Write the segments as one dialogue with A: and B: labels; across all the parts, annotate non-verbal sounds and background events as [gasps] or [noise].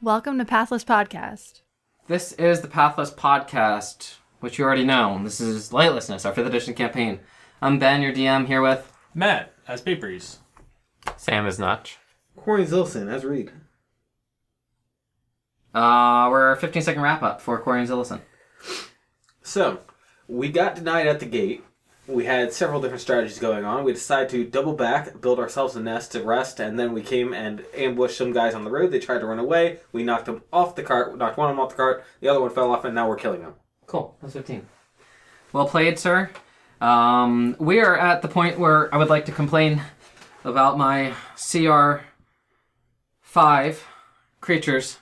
A: Welcome to Pathless Podcast.
B: This is the Pathless Podcast, which you already know. This is Lightlessness, our fifth edition campaign. I'm Ben, your DM, here with.
C: Matt as Papers.
D: Sam is Notch.
E: Corey Zilson as Reed.
B: Uh, we're a 15 second wrap up for Corey and Zillison.
E: So, we got denied at the gate. We had several different strategies going on. We decided to double back, build ourselves a nest to rest, and then we came and ambushed some guys on the road. They tried to run away. We knocked them off the cart, knocked one of them off the cart, the other one fell off, and now we're killing them.
B: Cool, that's 15. Well played, sir. Um, we are at the point where I would like to complain about my CR5 creatures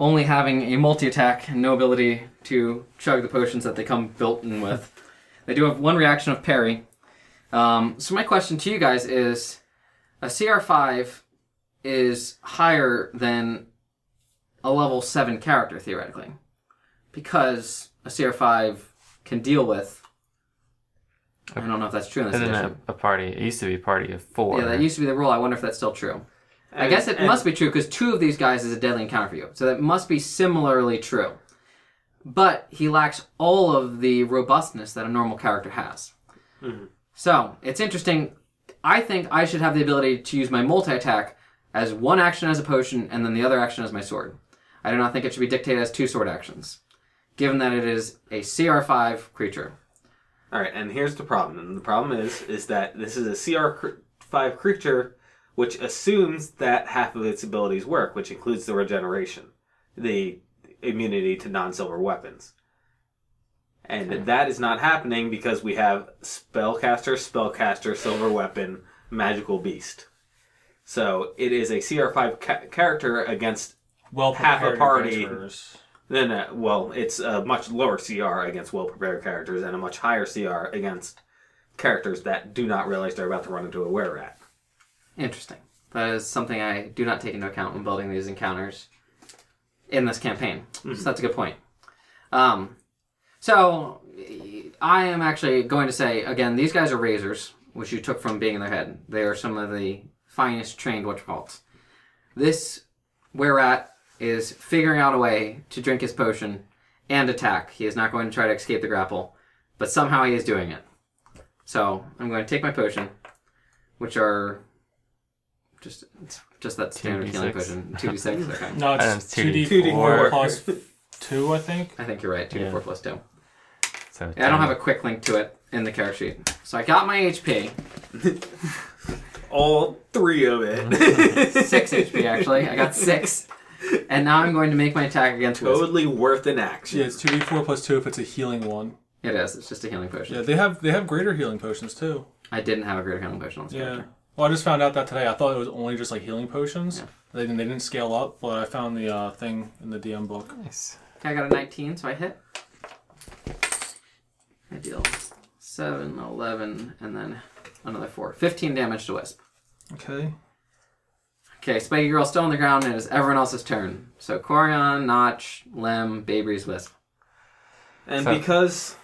B: only having a multi attack and no ability to chug the potions that they come built in with. They do have one reaction of parry. Um, so, my question to you guys is a CR5 is higher than a level 7 character, theoretically because a CR5 can deal with. I don't know if that's true in this
D: Isn't it
B: edition.
D: a party? It used to be a party of four.
B: Yeah, that used to be the rule. I wonder if that's still true. I
E: And-
B: guess it
E: and-
B: must be true because two of these guys is a deadly encounter for you, so that must be similarly true. But he lacks all of the robustness that a normal character has.
E: Mm-hmm.
B: So it's interesting. I think I should have the ability to use my multi attack as one action as a potion and then the other action as my sword. I do not think it should be dictated as two sword actions, given that it is a CR5 creature.
E: All right, and here's the problem. And the problem is, is that this is a CR cr- five creature, which assumes that half of its abilities work, which includes the regeneration, the immunity to non-silver weapons, and that is not happening because we have spellcaster, spellcaster, silver weapon, magical beast. So it is a CR five ca- character against
C: Well
E: Half a
C: prepared
E: party.
C: adventurers.
E: then, uh, well, it's a much lower CR against well prepared characters and a much higher CR against characters that do not realize they're about to run into a were rat.
B: Interesting. That is something I do not take into account when building these encounters in this campaign. So that's a good point. Um, so I am actually going to say again, these guys are razors, which you took from being in their head. They are some of the finest trained witchbolts. This were rat is figuring out a way to drink his potion and attack. He is not going to try to escape the grapple, but somehow he is doing it. So I'm going to take my potion, which are just it's just that standard healing
D: 2d6.
B: potion, two d six. Okay.
C: No,
D: And
C: it's
D: it's
C: two D
D: 2D4
C: four plus two, I think.
B: I think you're right. Two to
D: Yeah.
B: four plus two.
D: So
B: Yeah, I don't have a quick link to it in the character sheet. So I got my HP,
E: All three of
B: Mm-hmm.
E: [laughs] it.
B: six HP actually. I got six, and now I'm going to make my attack against Wisp.
E: totally worth an action.
C: Yeah, it's two D four plus two if it's a healing one.
B: It is. It's just a healing potion.
C: Yeah, they have they have greater healing potions too.
B: I didn't have a greater healing potion on this
C: Yeah.
B: character.
C: Well, I just found out that today. I thought it was only just like healing potions. They didn't, they didn't scale up, but I found the uh, thing in the DM book.
D: Nice.
B: Okay, I got a 19, so I hit. I deal 7, 11, and then another 4. 15 damage to Wisp.
C: Okay.
B: Okay, Spiky Girl's still on the ground, and it is everyone else's turn. So Corion, Notch, Lem, Baby's Wisp.
E: And
D: So-
E: because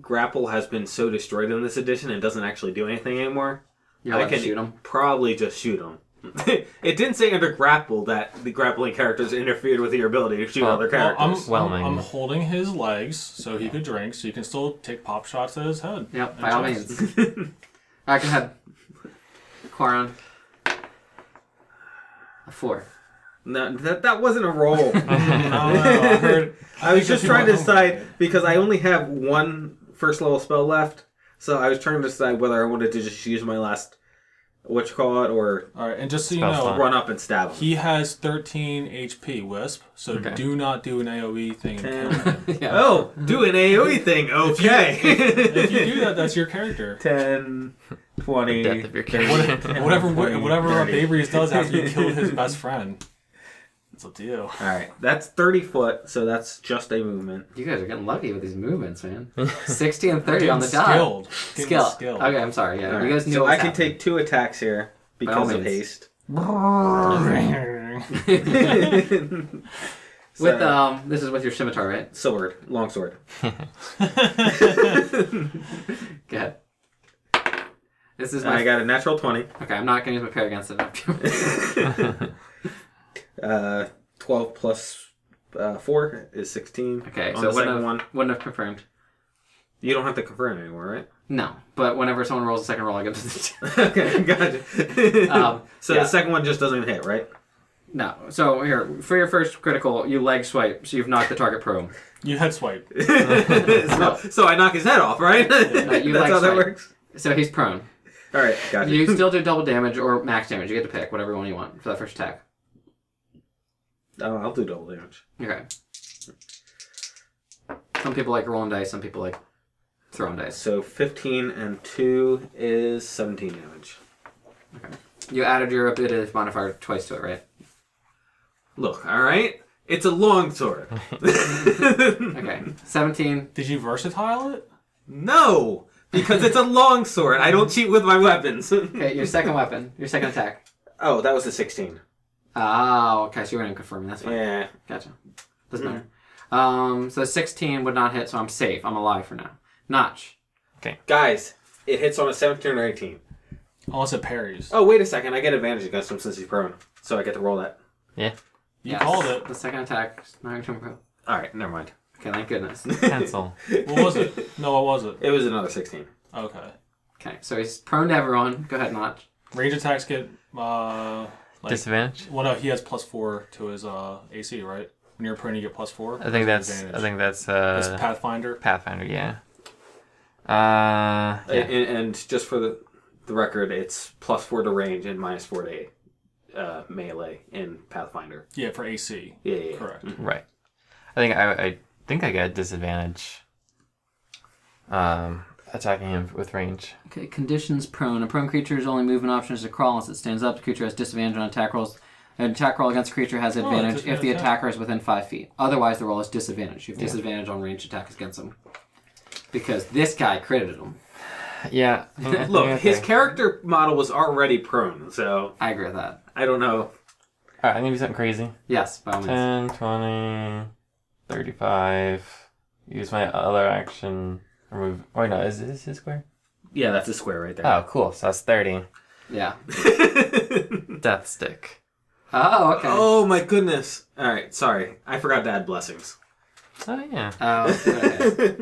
E: grapple has been so destroyed in this edition and doesn't actually do anything anymore,
B: You're
E: I
B: allowed to
E: can
B: shoot them.
E: probably just shoot them. [laughs] it didn't say under grapple that the grappling characters interfered with your ability to shoot
B: Uh,
D: Well,
E: other
C: Well,
E: characters.
C: I'm,
D: Whelming.
C: I'm, I'm holding his legs so he could drink, so you can still take pop shots at his head.
B: Yep,
C: and
B: by all means.
C: chest.
B: [laughs] Alright, go ahead. Quaron. A four. [laughs]
E: No, that, that wasn't a roll.
C: I don't know, I
E: [laughs]
C: heard.
E: I was just trying to
C: people at home-
E: decide because I only have one first level spell left, so I was trying to decide whether I wanted to just use my last what you call it or
C: All right, and just so you
D: Spell
C: know,
D: slot.
E: run up and stab him.
C: He has 13 HP, Wisp, so do not do an AoE thing. and kill him.
B: yeah.
E: Oh, do an AoE thing.
C: if you
E: Okay.
C: do
E: [laughs]
C: that, that's your character.
E: 10, 20.
D: Death of your
C: What-
B: [laughs]
C: [laughs]
D: character.
C: Whatever whatever uh,
E: Thirty.
C: Babrius does after you killed his best friend, it's up to you.
E: All right, that's 30 foot, so that's just a movement.
B: You guys are getting lucky with these movements,
E: [laughs]
B: man. 60 and 30 on the
C: Getting
B: dot.
C: skilled. Getting
B: Skill.
C: skilled.
B: Okay, I'm sorry. Yeah,
E: All
B: you
E: right,
B: guys knew
E: so
B: what
E: I
B: was
E: can
B: happening.
E: take two attacks here because of
B: means.
E: haste. [laughs]
B: With,
E: So-
B: um, this is with your scimitar, right?
E: Sword, long sword.
B: Go ahead. This is my.
E: I got a natural 20.
B: Okay, I'm not going to use my pair against it.
E: Uh, twelve plus uh, four is sixteen.
B: [laughs] Okay, so
E: on the
B: wouldn't
E: second
B: have,
E: one,
B: wouldn't have confirmed.
E: you don't have to confirm anymore, right? [laughs]
B: No, but whenever someone rolls a second roll, I get the
E: okay, gotcha.
B: Um,
E: [laughs] so
B: yeah.
E: the second one just doesn't
B: [laughs]
E: hit, right?
B: [laughs]
E: [laughs]
B: no. So here, for your first critical, you leg swipe, so you've knocked the target prone.
C: You head swipe.
E: so, so I knock his head off, right? [laughs]
B: you
E: That's
B: like
E: how
B: sight.
E: that works.
B: So he's
C: [laughs]
B: prone.
E: All right, gotcha.
B: You still do double damage or max damage. You get to pick whatever one you want for that first attack.
E: Oh, I'll do double damage.
B: Okay. Some people like rolling dice. Some people like throwing dice.
E: So fifteen and two is seventeen damage.
B: You added your ability modifier twice to it, right?
E: Look, all right, it's a
B: [laughs]
E: long sword.
C: [laughs]
B: Okay. Seventeen.
C: Did you versatile it?
E: no, because it's a long sword. I don't cheat with my weapons.
B: Okay, your second weapon, your second attack.
E: oh, that was a sixteen.
B: Oh, okay. So you weren't confirming. That's fine.
E: Yeah.
B: Gotcha. Doesn't matter. Um, so 16 would not hit, so I'm safe. I'm alive for now. Notch.
E: Guys, it hits on a 17 or 18.
C: Unless it parries.
E: Oh, wait a second. I get advantage against him since he's prone. So I get to roll that.
D: Yeah.
C: You
B: Yes.
C: called it.
B: The second attack. is Not going to improve.
E: All right, never mind.
B: Okay, thank goodness. [laughs]
D: Pencil.
C: What was it? No, what was it?
E: It was another 16.
C: Okay.
B: Okay, so he's prone to everyone. Go ahead, Notch.
C: Range attacks get uh like
D: [laughs] Disadvantage.
C: well no, he has plus four to his uh AC, right? When you're prone you get plus four.
D: I think that's. I
C: Advantage.
D: think that's.
C: That's
D: Uh,
C: Pathfinder.
D: Pathfinder. Yeah. Uh.
E: A-
D: Yeah.
E: And, and just for the, the record, it's plus 4 to range and minus 4 to uh, melee in Pathfinder.
C: Yeah, for AC.
E: Yeah, yeah, yeah.
C: Correct.
D: Right. I think I. I think I got a disadvantage. Um, attacking him with range. [laughs]
B: Okay, conditions prone. A prone creature's only movement option is to crawl unless it stands up. The creature has disadvantage on attack rolls. An attack roll against a creature
E: Oh,
B: has
C: that's
B: advantage
C: an
B: if the
C: attack.
B: attacker is within five feet. Otherwise, the roll is disadvantage. You have disadvantage on ranged attacks against him. Because this guy critted him.
D: Yeah.
E: Look, his
D: Okay.
E: character model was already prone, so
B: I agree with that.
E: I don't know.
D: All right, I'm gonna do something crazy.
B: Yes, by all means.
E: Uh.
D: 10, 20, 35. Use my other action. Remove. Wait, no, is this his square?
E: Yeah, that's a square right [laughs] there.
D: Oh, cool. So that's 30.
B: Yeah.
D: Death stick.
B: Oh, okay.
E: Oh my goodness. All right, sorry. I forgot to add blessings.
D: Oh, yeah.
B: Oh, okay.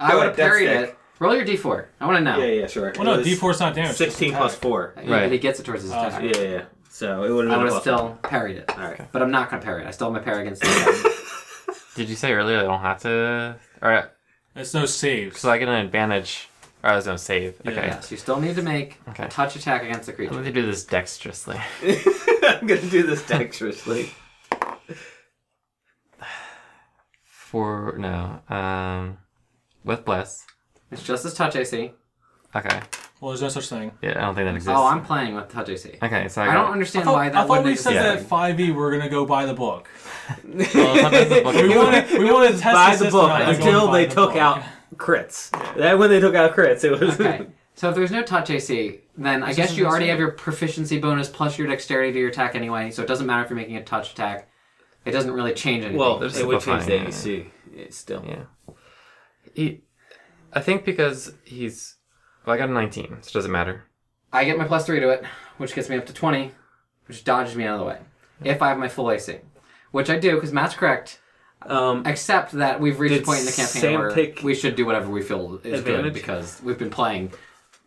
B: I
E: [laughs] Go
B: would
E: with
B: have
E: death
B: parried
E: stick.
B: it. Roll your d4. I want to know.
E: Yeah, yeah, sure.
C: Well no,
E: It was
C: D four's not damage. it's just
E: 16 plus
C: attack.
E: 4.
B: Yeah,
D: Right.
B: But he gets it towards his
C: Oh,
B: attack.
E: Yeah, yeah, yeah. So it would
B: I would
E: have been a
B: have
E: plus one.
B: still parried it.
E: All right.
B: But I'm not going to parry it. I still have my parry
E: [coughs]
B: against the
D: Did you say earlier I don't have to? All right,
C: It's no saves.
D: so I get an advantage. Or I was gonna save. Okay.
C: Yeah.
B: Yes, you still need to make
D: Okay.
B: a touch attack against the
D: I'm
B: creature.
D: gonna do this dexterously.
E: I'm gonna do this dexterously.
D: For no, um, with bless.
B: It's just as touch AC.
D: Okay.
C: Well there's no such thing.
D: Yeah, I don't think that exists.
B: Oh, I'm playing with touch AC.
D: Okay, so I,
B: I
D: got,
B: don't understand
C: I thought,
B: why that
C: I thought we
B: wouldn't
C: said
B: exist.
C: that [laughs] five E we're gonna go buy the [laughs] book.
D: Well, sometimes the book-
C: We wanna we wanna test
E: [laughs] Buy
C: the
E: the
C: system
E: book
C: out by
E: until
C: going
E: they
C: buy the
E: took
C: book.
E: out crits. Then when they took out crits, it was
B: Okay. So if there's no touch AC, then I guess
C: just
B: you
C: an
B: already
C: AC.
B: have your proficiency bonus plus your dexterity to your attack anyway, so it doesn't matter if you're making a touch attack. It doesn't really change anything.
E: [laughs] well,
D: They're
E: it would change the
D: simplifying it.
E: AC. It's still
D: Yeah. He, I think because he's. Well, I got a 19, so it doesn't matter.
B: I get my plus three to it, which gets me up to 20, which dodges me out of the way. If I have my full AC. Which I do, because Matt's correct,
E: um,
B: except that we've reached
E: Did
B: a point in the campaign
E: Sam
B: where
E: take
B: we should do whatever we feel is good
E: advantage?
B: because we've been playing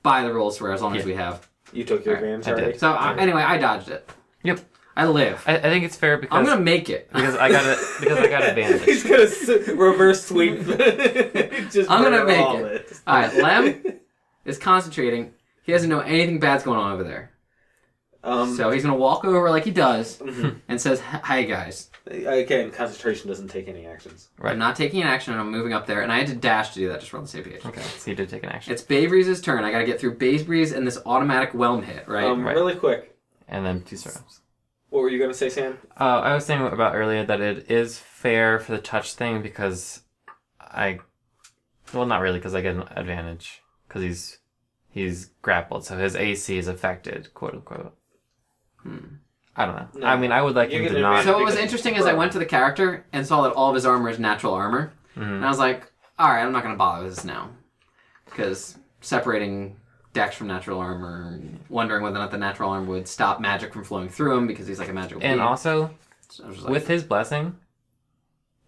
B: by the rules for as long as we have.
E: you took your advantage
D: I did.
E: already.
B: So, I, anyway, I dodged it.
D: Yep.
B: I live.
D: I, I think it's fair because
B: I'm going to make it. [laughs]
D: because I got a, because I got advantage.
E: [laughs] He's gonna s- reverse sweep. [laughs] Just
B: I'm gonna
E: murder
B: make
E: all
B: it. All
E: [laughs]
B: right, Lem is concentrating. He doesn't know anything bad's going on over there.
E: Um, mm-hmm.
B: so he's going to walk over like he does and says, Hi, guys.
E: again, concentration doesn't take any actions.
D: Right.
B: I'm not taking an action and I'm moving up there, and I had to dash to do that just run the same
E: Oh,
B: page.
D: Okay, so you did take an action.
B: It's Baybreeze's turn. I gotta get through Baybreeze and this automatic whelm hit, right?
E: Um,
D: Right.
E: Really quick,
D: and then two surrounds.
E: what were you gonna say, Sam?
D: Uh, I was saying about earlier that it is fair for the touch thing because I, well, not really because I get an advantage because he's he's grappled, so his AC is affected, quote unquote. Hmm. I don't know.
E: No.
D: I mean, I would like
E: You
D: him
E: get
D: to
E: an
D: not.
B: so what was
E: because it's
B: interesting is I went to the character and saw that all of his armor is natural armor.
D: Mm-hmm.
B: And I was like, alright, I'm not gonna bother with this now. Because separating Dex from natural armor, and wondering whether or not the natural armor would stop magic from flowing through him because he's like a magical
D: and
B: being.
D: also,
B: So I was just like,
D: With his blessing,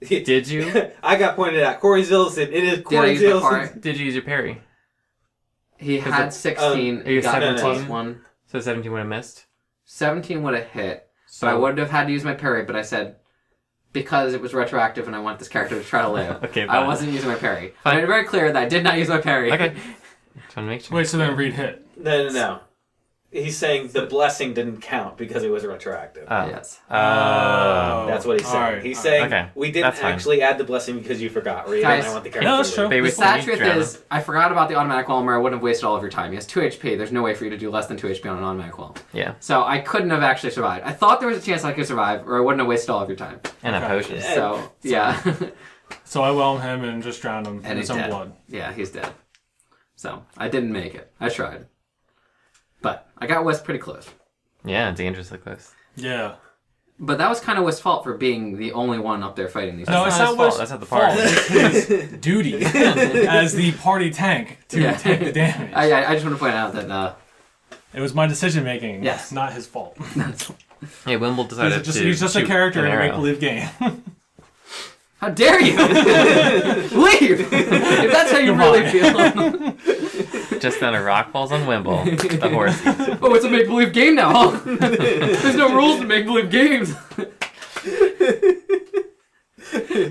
E: [laughs] Did
D: did
B: [laughs]
D: you
E: I got pointed out. Corey Zillison. It is
B: did I
E: Corey
B: use my
E: Zillison.
B: part?
D: did you use your parry?
B: He had 16.
D: uh, Are you
B: got a plus
D: 17?
B: one.
D: So seventeen would have missed.
B: 17 would have hit.
D: So
B: So I would have had to use my parry, but I said because it was retroactive and I want this character to try to live.
D: [laughs] Okay,
B: I
D: fine.
B: wasn't using my parry. I
D: Fine.
B: made it very clear that I did not use my parry.
D: [laughs] Okay. Just wanna make sure.
C: Wait, so then read hit.
E: No, no, no. He's saying the blessing didn't count because it was retroactive.
D: Oh.
B: Yes.
D: Oh.
E: That's what he's saying.
C: Alright,
E: he's
C: alright.
E: saying
D: Okay,
E: we didn't
D: that's fine.
E: actually add the blessing because you forgot. Read
B: Guys,
E: and I want the
B: No,
E: character.
C: that's
E: to
C: true.
E: live.
D: Baby
B: Oh. The sad
D: Sweeney
B: truth
D: Drown.
B: is, I forgot about the automatic whelm, or I wouldn't have wasted all of your time. He has 2 HP. There's no way for you to do less than 2 HP on an automatic whelm.
D: Yeah,
B: So I couldn't have actually survived. I thought there was a chance I could survive, or I wouldn't have wasted all of your time.
D: and a
C: Okay.
D: potion.
E: Yeah.
B: So, yeah. [laughs]
C: So I whelm him and just drown him
B: and
C: in
B: he's
C: some
B: dead.
C: blood.
B: Yeah, he's dead. So I didn't make it. I tried. But I got West pretty close.
D: Yeah, dangerously close.
C: Yeah.
B: But that was kind of West's fault for being the only one up there fighting these.
C: No,
B: guys.
C: it's
D: not
C: not
D: his fault,
C: Wes-
D: that's not the party.
C: It's
E: [laughs]
C: his duty as the party tank to
B: Yeah.
C: take the damage.
B: I, I- I just want to point out that uh, [laughs]
C: It was my decision making.
B: Yes.
C: It's not his fault. He's
D: Hey, Wimble decided
C: just,
D: to
C: he's just a
D: shoot
C: character
D: an
C: in a
D: arrow.
C: make believe game.
B: how dare you [laughs] leave
C: [laughs]
B: if that's how you really feel.
D: Just then a rock falls on
C: [laughs]
D: Wimble, the horse.
B: oh, it's a make believe game now.
D: [laughs]
B: huh? There's no rules to make believe games.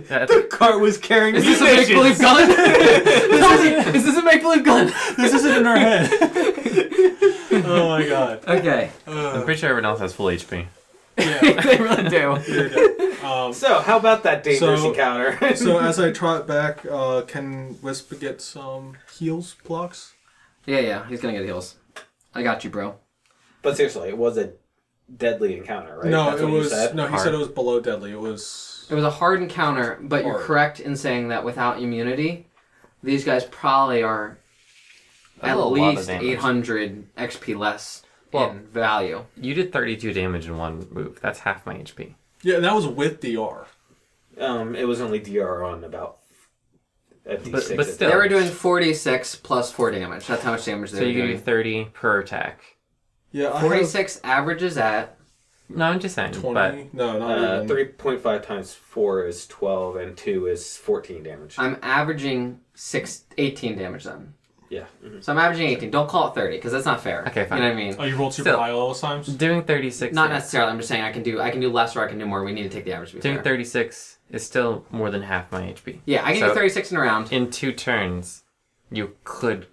D: That's,
E: [laughs] Cart was carrying
B: Is this a make believe
D: [laughs]
B: gun? Tell me, is this a make believe gun?
C: this isn't in our
E: [laughs]
C: head. oh my god.
B: Okay,
D: I'm pretty sure everyone else has full HP.
B: they really do.
C: Um,
E: So how about that dangerous
C: So-
E: encounter?
C: [laughs]
E: [laughs]
C: so as I trot back, uh, can Wisp get some heals blocks?
B: Yeah, yeah, he's gonna get heals. I got you, bro.
E: but seriously, it was a deadly encounter, right?
C: No,
E: That's
C: it
E: what you
C: was
E: said?
C: no. He
D: Hard.
C: said it was below deadly. It was
B: It was a hard encounter, but you're
E: Hard.
B: correct in saying that without immunity, these guys probably are
D: That's
B: at
D: a lot of
B: least
D: damage.
B: 800 XP less
D: Well-
B: in value.
D: You did 32 damage in one move. That's half my HP.
C: yeah. That was with DR.
E: Um, it was only DR on about a D6.
D: But- but
E: at
D: still-
B: They
E: that.
B: were doing 46 plus 4 damage. That's how much damage they
D: So
B: were
D: you do
B: doing.
D: 30 per attack.
C: Yeah, I have
B: 46 averages at.
D: No, I'm just saying.
C: twenty.
D: But
C: no, not
E: Uh,
B: Mm-hmm.
C: even.
E: three point five times four is twelve, and two is fourteen damage.
B: I'm averaging six, 18 damage then. [laughs]
E: yeah, [laughs] mhm.
B: So I'm averaging 18. Don't call it 30 because that's not fair.
D: Okay, fine.
B: You know what I mean?
C: Oh, you rolled super
D: Still-
C: high all those times.
D: doing 36
B: Not
D: is-
B: necessarily. I'm just saying I can do I can do less or I can do more. We need to take the average. To be
D: doing
B: fair.
D: 36 is still more than half my HP.
B: Yeah, I can do
D: So-
B: 36 in a round.
D: In two turns, you could.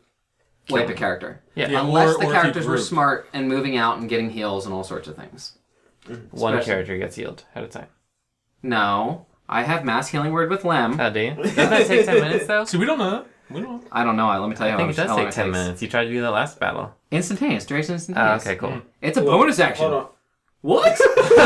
B: Wipe
D: me.
B: a character.
D: Yeah,
C: Yeah.
B: Unless
C: or-
B: the
C: or if you
B: characters were
C: group.
B: smart and moving out and getting heals and all sorts of things.
D: one
B: Especially-
D: character gets healed at a time.
B: No, I have mass healing word with Lem.
D: Oh, do you?
B: [laughs]
D: Doesn't that take 10 minutes, though?
C: See, we don't know. that. We don't. Know.
B: I don't know. Let me tell you. how
D: I think it
B: much-
D: does
B: how long
D: take 10
B: takes.
D: minutes. You tried to do that last battle.
B: Instantaneous duration.
D: Oh,
B: Instantaneous.
D: okay, cool.
B: It's a bonus action.
E: Hmm. Hold on.
B: What?
E: [laughs]
B: [laughs]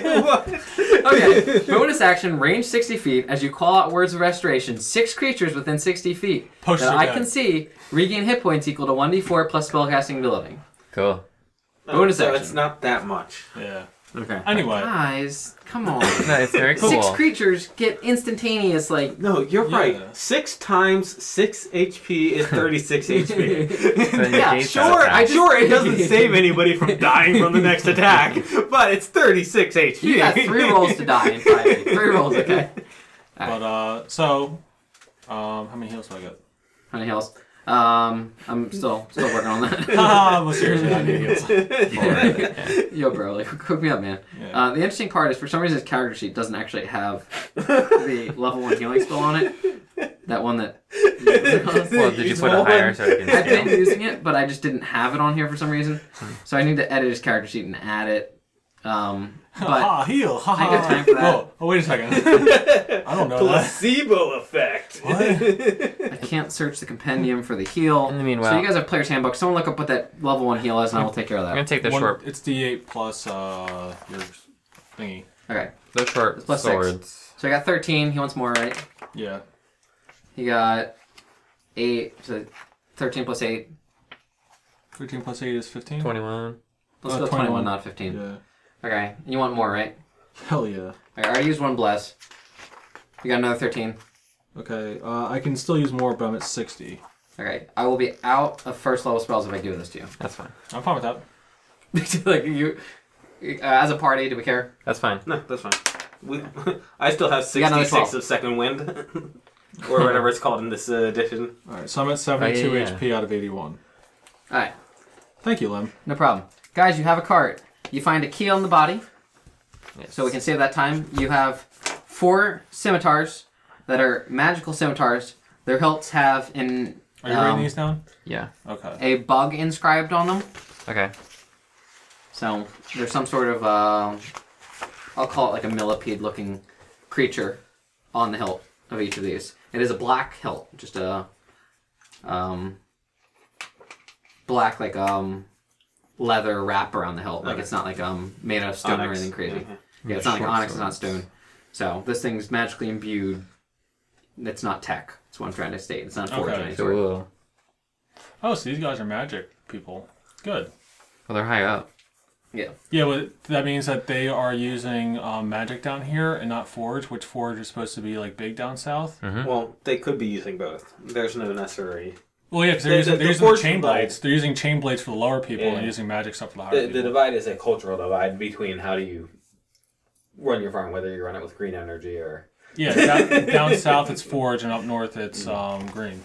E: Um,
B: okay. Bonus action. Range 60 feet. As you call out words of restoration, six creatures within 60 feet
C: Push
B: that
C: your
B: I
C: guy.
B: can see regain hit points equal to 1d4 plus spellcasting ability.
D: Cool.
B: Bonus
E: so
B: action.
E: It's not that much.
C: Yeah.
B: Okay.
C: Anyway.
B: Guys, come
C: [coughs]
B: on.
D: No, it's very cool.
B: Six creatures get instantaneous like
E: No, you're
C: Yeah.
E: right. Six times six HP [laughs] is thirty-six HP.
D: So
B: Yeah,
D: you gauge that
E: Sure,
D: attack.
E: I sure it
B: [laughs]
E: doesn't save anybody from dying from the next attack, but it's 36 HP.
B: You
C: [laughs]
B: got
E: [laughs]
B: three rolls to die in five. days. Three rolls, okay.
C: But uh, so, um, how many heals do
B: [laughs]
C: I get?
B: Honey Hills. Um, I'm still still working on that. [laughs]
C: Ah, well, seriously, I need heals.
B: Yo, bro, like hook me up, man.
C: Yeah.
B: Uh, the interesting part is for some reason his character sheet doesn't actually
C: [laughs]
B: have the level one healing spell on it. That one that.
C: [laughs]
D: Well, did you
E: Use
D: put a
E: one.
D: higher so I can
B: I've been
D: scale?
B: using it, but I just didn't have it on here for some reason. So I need to edit his character sheet and add it. Um,
C: [laughs]
B: but
C: ah, heal. Ha
B: I got time for that.
C: Whoa, oh, wait
B: [laughs]
C: a second. I don't know that.
E: Placebo effect.
B: I can't search the compendium for the heal.
D: In the meanwhile-
B: so you guys have player's handbook. Someone look up what that level one heal is, and I will take care of
D: I'm
B: that.
D: gonna take the
C: One-
D: short,
C: It's D8 plus uh, your thingy.
B: Okay.
D: the short
B: plus six.
D: swords.
B: So I got 13. He wants more, right?
C: Yeah.
B: He got 8. So 13 plus 8.
C: 13 plus 8 is 15.
D: 21.
B: Let's
C: Uh,
B: go 21,
C: 21,
B: not 15.
C: Yeah.
B: Okay. You want more, right?
C: Hell yeah.
B: Okay, I already used one bless. You got another 13.
C: Okay, uh, I can still use more, but I'm at 60.
B: Okay. I will be out of first level spells if I do this to you.
D: That's fine.
C: I'm fine with that.
B: [laughs] like you uh, as a party, do we care?
D: That's fine.
E: [laughs] No, that's fine. We, [laughs] I still have
B: We got another
E: 66
B: 12.
E: of second wind, [laughs] or whatever it's called in this uh, edition.
C: All right, so I'm at 72
D: Oh, yeah, yeah.
C: HP out of 81.
B: All right,
C: Thank you, Lim.
B: no problem, guys. You have a cart. You find a key on the body,
D: Yes.
B: so we can save that time. You have four scimitars that are magical scimitars. Their hilts have in
C: Are you
B: um,
C: writing these down?
D: Yeah.
C: Okay.
B: a bug inscribed on them.
D: Okay.
B: So there's some sort of um I'll call it like a millipede-looking creature on the hilt of each of these. It is a black hilt, just a um, black like um leather wrap around the hilt. Like it's not like um made out of stone or
E: Onyx.
B: anything crazy.
E: Yeah.
B: Yeah, it's not like
D: Short
B: onyx, it's not
D: swords.
B: stone. So this thing's magically imbued. It's not tech. It's what I'm trying to state. It's not forged.
C: Okay.
B: Okay. Cool.
D: Cool.
C: Oh, so these guys are magic people. Good.
D: Well, they're high up.
B: Yeah.
C: Yeah, but that means that they are using um, magic down here and not forge, which forge is supposed to be like big down south.
E: Hmm.
B: Mm-hmm.
E: Well, they could be using both. There's no necessary.
C: Well, yeah, because they're,
E: The-
C: using,
E: the-
C: they're
E: the
C: using
E: forge
C: chain
E: divide.
C: blades. They're using chain blades for the lower people
E: Yeah.
C: and using magic stuff for the higher
E: The,
C: people.
E: the divide is a cultural divide between how do you run your farm, whether you run it with green energy or.
C: Yeah,
E: [laughs]
C: down, down south it's forge and up north it's
E: Hmm.
C: um, green.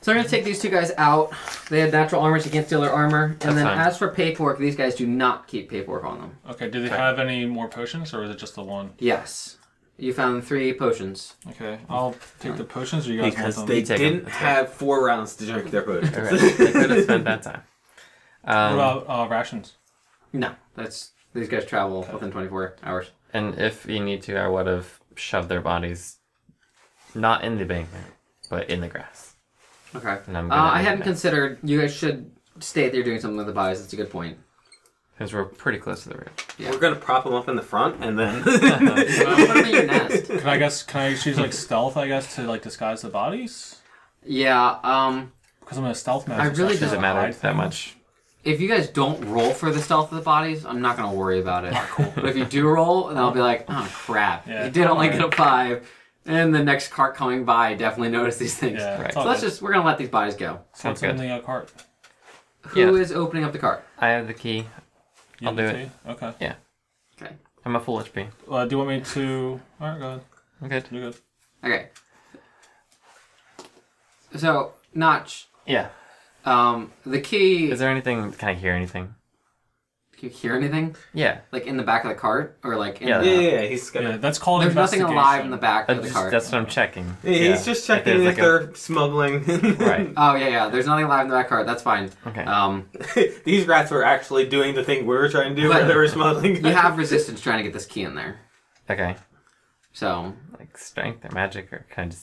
B: So I'm gonna take these two guys out. They had natural armors you can't steal their armor. And
D: That's
B: then
D: fine.
B: as for paperwork, these guys do not keep paperwork on them.
C: Okay, do they have any more potions or is it just the one?
B: Yes. You found three potions.
C: Okay, I'll take the potions or you guys want them?
D: You take 'em.
E: didn't
D: That's fine.
E: have four rounds to drink their potions.
D: [laughs] All right. they could have spent that time.
C: What
D: Um,
C: about uh, rations?
B: No, that's these guys travel within 24 hours.
D: and if you need to, I would have shoved their bodies, not in the embankment, but in the grass.
B: Okay.
D: And I'm
B: Uh,
D: gonna
B: I
D: leave
B: hadn't
D: now.
B: considered. You guys should state that you're doing something with the bodies. That's a good point.
D: Because we're pretty close to the ridge.
B: Yeah.
E: We're gonna prop them up in the front and then. [laughs]
B: Put 'em in your nest.
C: Can I guess? Can I just use like stealth? I guess to like disguise the bodies
B: Yeah. Um.
C: because I'm a stealth
B: I
C: master. so
B: really
C: should
D: Does it
B: don't
C: hide
D: matter that
C: things.
D: much?
B: If you guys don't roll for the stealth of the bodies, I'm not gonna worry about
D: [laughs]
B: it. But if you do roll, then I'll be like, oh crap,
C: Yeah.
B: you did only get a five, and the next cart coming by definitely noticed these things.
C: Yeah,
D: Right.
C: it's
B: So
C: all
B: let's
C: good.
B: just we're gonna let these bodies go.
C: So what's
D: Sounds
C: in the uh, cart?
B: Who is
D: Yeah.
B: opening up the cart?
D: I have the key.
C: You
D: I'll
C: have the
D: do it.
C: tea? Okay.
B: Okay.
D: I'm a full HP.
C: Uh, do you want me to? All right, go ahead.
D: I'm good.
C: You're good.
B: Okay. So Notch,
D: Yeah.
B: um, the key.
D: Is there anything? Can I hear anything?
B: Can you hear anything?
D: Yeah.
B: Like in the back of the cart, or like in
D: Yeah.
B: the,
E: yeah, yeah, he's gonna.
C: Yeah, that's called
B: there's nothing
C: investigation.
B: alive in the back of
D: That's,
B: the
D: just-
B: cart.
D: that's what I'm checking.
E: Yeah,
D: Yeah.
E: He's just
D: If
E: checking
D: there's
E: if,
D: like a-
E: they're smuggling. [laughs]
D: [laughs] Right.
B: Oh yeah, yeah. There's nothing alive in the back cart. That's fine.
D: Okay.
B: Um,
E: These rats were actually doing the thing we were trying to do where
B: But-
E: they were smuggling. [laughs]
B: you have resistance trying to get this key in there.
D: Okay.
B: So
D: Like strength or magic or kind of.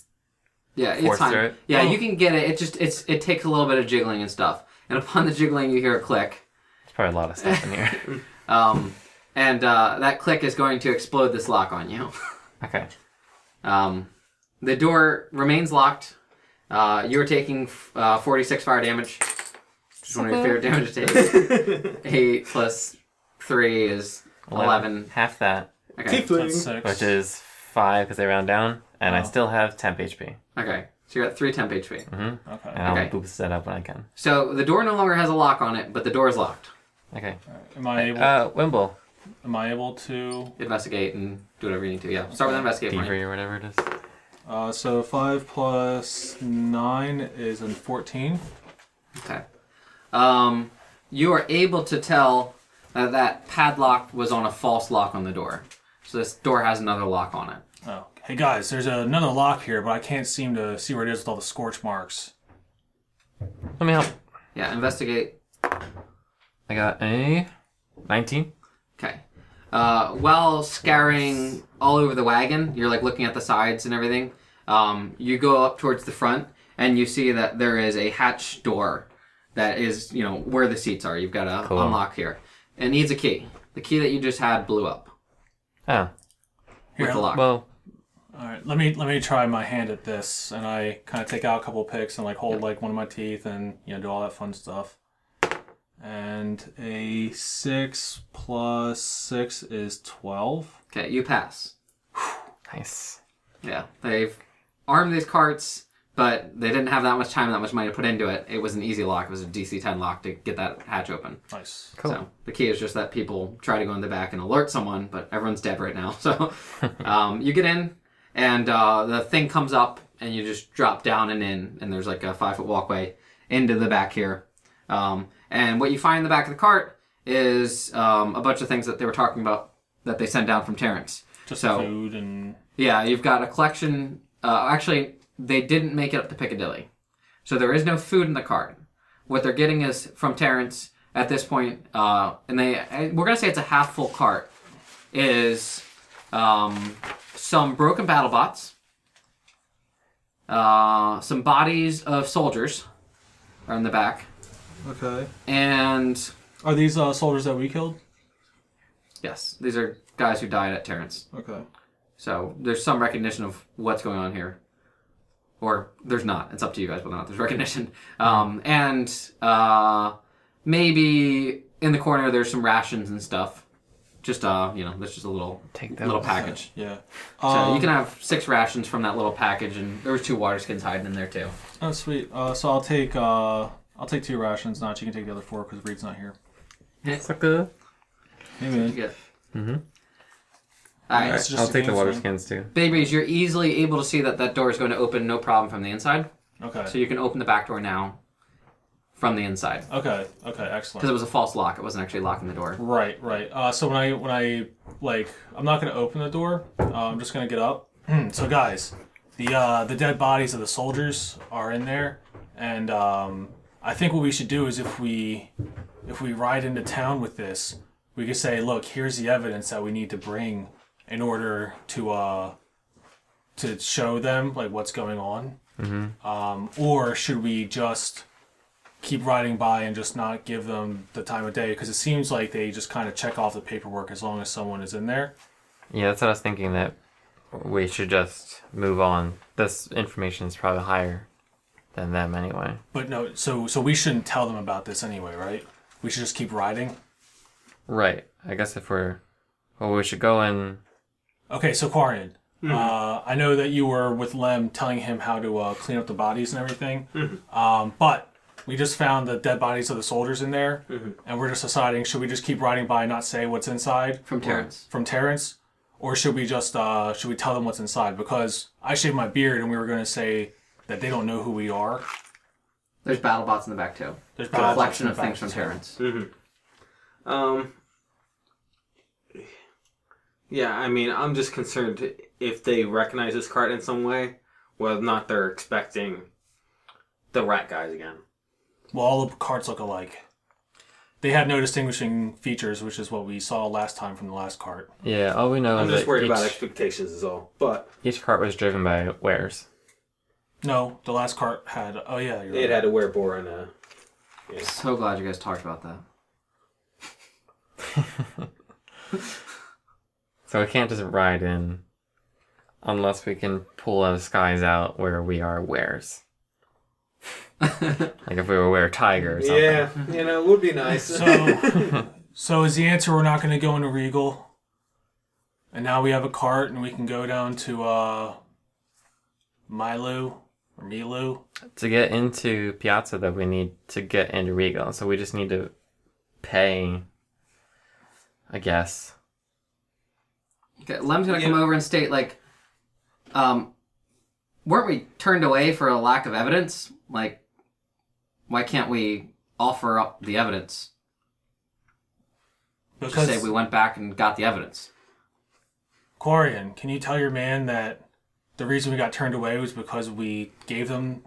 B: yeah, it's
D: Force
B: fine.
D: through it?
B: Yeah,
C: Oh.
B: you can get it. It just it's it takes a little bit of jiggling and stuff. And upon the jiggling, you hear a click.
D: There's probably a lot of stuff in
B: [laughs]
D: here.
B: Um, and uh, that click is going to explode this lock on you. [laughs]
D: Okay.
B: Um, the door remains locked. Uh, you're taking uh, 46 fire damage. Which is one of your favorite damage to take. 8 plus 3 is 11.
D: Half that,
B: Okay.
C: That's
E: Tiefling.
C: six.
D: which is five because they round down, and I
C: Wow.
D: still have temp HP.
B: Okay. So you're at 3 temp HP.
C: okay.
D: And I'll
B: Okay.
D: boost that up when I can.
B: So the door no longer has a lock on it, but the door is locked.
D: Okay.
C: Am I able?
D: Uh, Wimble.
C: am I able to?
B: Investigate and do whatever you need to. Yeah. Start with investigate. for me.
D: Thievery or whatever it is.
C: Uh, so five plus nine is in fourteen.
B: Okay. Um, you are able to tell that that padlock was on a false lock on the door. So this door has another lock on it.
C: Oh, hey guys, there's another lock here, but I can't seem to see where it is with all the scorch marks.
D: Let me help.
B: Yeah. Investigate
D: I got a 19.
B: Okay. Uh, while scouring all over the wagon, you're like looking at the sides and everything. Um, you go up towards the front, and you see that there is a hatch door that is, you know, where the seats are. You've got to
D: Cool.
B: unlock here. It needs a key. The key that you just had blew up
D: Oh,
B: with
C: Here,
B: the lock.
D: well,
C: All right, let me let me try my hand at this, and I kind of take out a couple of picks and like hold like one of my teeth and you know do all that fun stuff. And a six plus six is twelve.
B: Okay, you pass.
D: nice.
B: Yeah, they've armed these carts. but they didn't have that much time, that much money to put into it. It was an easy lock. It was a DC 10 lock to get that hatch open.
C: Nice.
D: Cool.
B: So the key is just that people try to go in the back and alert someone, but everyone's dead right now. [laughs] So um, you get in, and uh, the thing comes up, and you just drop down and in, and there's like a five foot walkway into the back here. Um, and what you find in the back of the cart is um, a bunch of things that they were talking about that they sent down from Terrence.
C: Just
B: So-
C: food and
B: Yeah, you've got a collection. Uh, actually, they didn't make it up to Piccadilly. So there is no food in the cart. What they're getting is from Terrence at this point, uh, and they I- we're gonna say it's a half full cart. Is um, some broken battle bots, uh, some bodies of soldiers are in the back,
C: okay.
B: and
C: Are these uh, soldiers that we killed?
B: yes, these are guys who died at Terrence.
C: Okay.
B: So there's some recognition of what's going on here. Or there's not. It's up to you guys whether or not there's [laughs] recognition. Um, and uh, maybe in the corner there's some rations and stuff. Just uh, you know, that's just a little
D: Take those.
B: little package.
C: Yeah.
B: So
C: Um,
B: you can have six rations from that little package, and there was two water skins hiding in there too. [laughs]
C: Oh sweet. Uh, so I'll take uh, I'll take two rations. Not you can take the other four because Reed's not here.
D: Sucker.
C: Hey
B: You
C: man.
B: get.
D: Mhm.
B: All right.
C: It's just
D: I'll
C: a
D: take the
C: game
D: water
C: thing.
D: skins too.
B: Babies, you're easily able to see that that door is going to open no problem from the inside.
C: Okay.
B: So you can open the back door now from the inside.
C: Okay. Okay.
B: Because
C: Excellent.
B: it was a false lock. It wasn't actually locking the door.
C: Right. Right. Uh, so when I when I like I'm not gonna open the door. Uh, I'm just gonna get up. [clears throat] Hmm, so guys, the uh, the dead bodies of the soldiers are in there, and um, I think what we should do is if we if we ride into town with this, we could say, look, here's the evidence that we need to bring in order to uh to show them like what's going on. Um, or should we just keep riding by and just not give them the time of day? Because it seems like they just kind of check off the paperwork as long as someone is in there.
D: Yeah, that's what I was thinking. That we should just move on. This information is probably higher than them anyway.
C: But no, so so we shouldn't tell them about this anyway, right? We should just keep riding.
D: Right. I guess if we're well, we should go and
C: Okay, so Quarian, uh, I know that you were with Lem telling him how to uh, clean up the bodies and everything, um, but we just found the dead bodies of the soldiers in there, and we're just deciding should we just keep riding by and not say what's inside
B: From Terrence.
C: from Terrence, or should we just uh, should we tell them what's inside? Because I shaved my beard, and we were going to say that they don't know who we are.
B: There's battle bots in the back too.
C: There's
B: It's a
C: battle bots
B: collection
C: in the
B: of things from
C: back.
B: Terrence.
E: Um. Yeah, I mean, I'm just concerned if they recognize this cart in some way, whether or not they're expecting the rat guys again.
C: Well, all the carts look alike. They have no distinguishing features, which is what we saw last time from the last cart.
D: yeah. All we know
E: I'm
D: is
E: just
D: that
E: worried
D: each,
E: about expectations, is all. But
D: each cart was driven by wares.
C: No, the last cart had. Oh yeah, you're
E: it
C: right.
E: had to wear bore and uh,
B: So glad you guys talked about that.
D: So we can't just ride in unless we can pull those guys out where we are wares. like if we were were tiger or something.
E: Yeah, you know, it would be nice.
C: So, [laughs] so is the answer we're not going to go into Regal? And now we have a cart, and we can go down to uh, Milo or Milu.
D: To get into Piazza though we need to get into Regal, so we just need to pay I guess.
B: [laughs] Okay, Lem's gonna
C: Yeah.
B: come over and state like, um, weren't we turned away for a lack of evidence? Like, why can't we offer up the evidence? Just
C: Because
B: say we went back and got the evidence.
C: Corian, can you tell your man that the reason we got turned away was because we gave them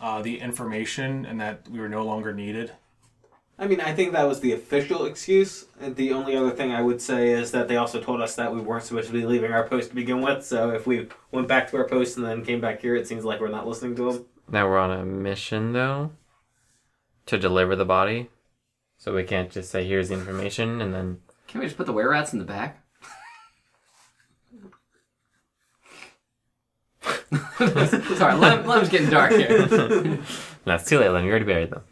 C: uh, the information and that we were no longer needed?
E: [laughs] I mean, I think that was the official excuse. And the only other thing I would say is that they also told us that we weren't supposed to be leaving our post to begin with. So if we went back to our post and then came back here, it seems like we're not listening to them.
D: Now we're on a mission though to deliver the body. So we can't just say here's the information and then
B: Can we just put the were rats in the back? [laughs] Sorry, Lem, Lem's getting dark here.
D: No, it's too late, Len. You already buried them.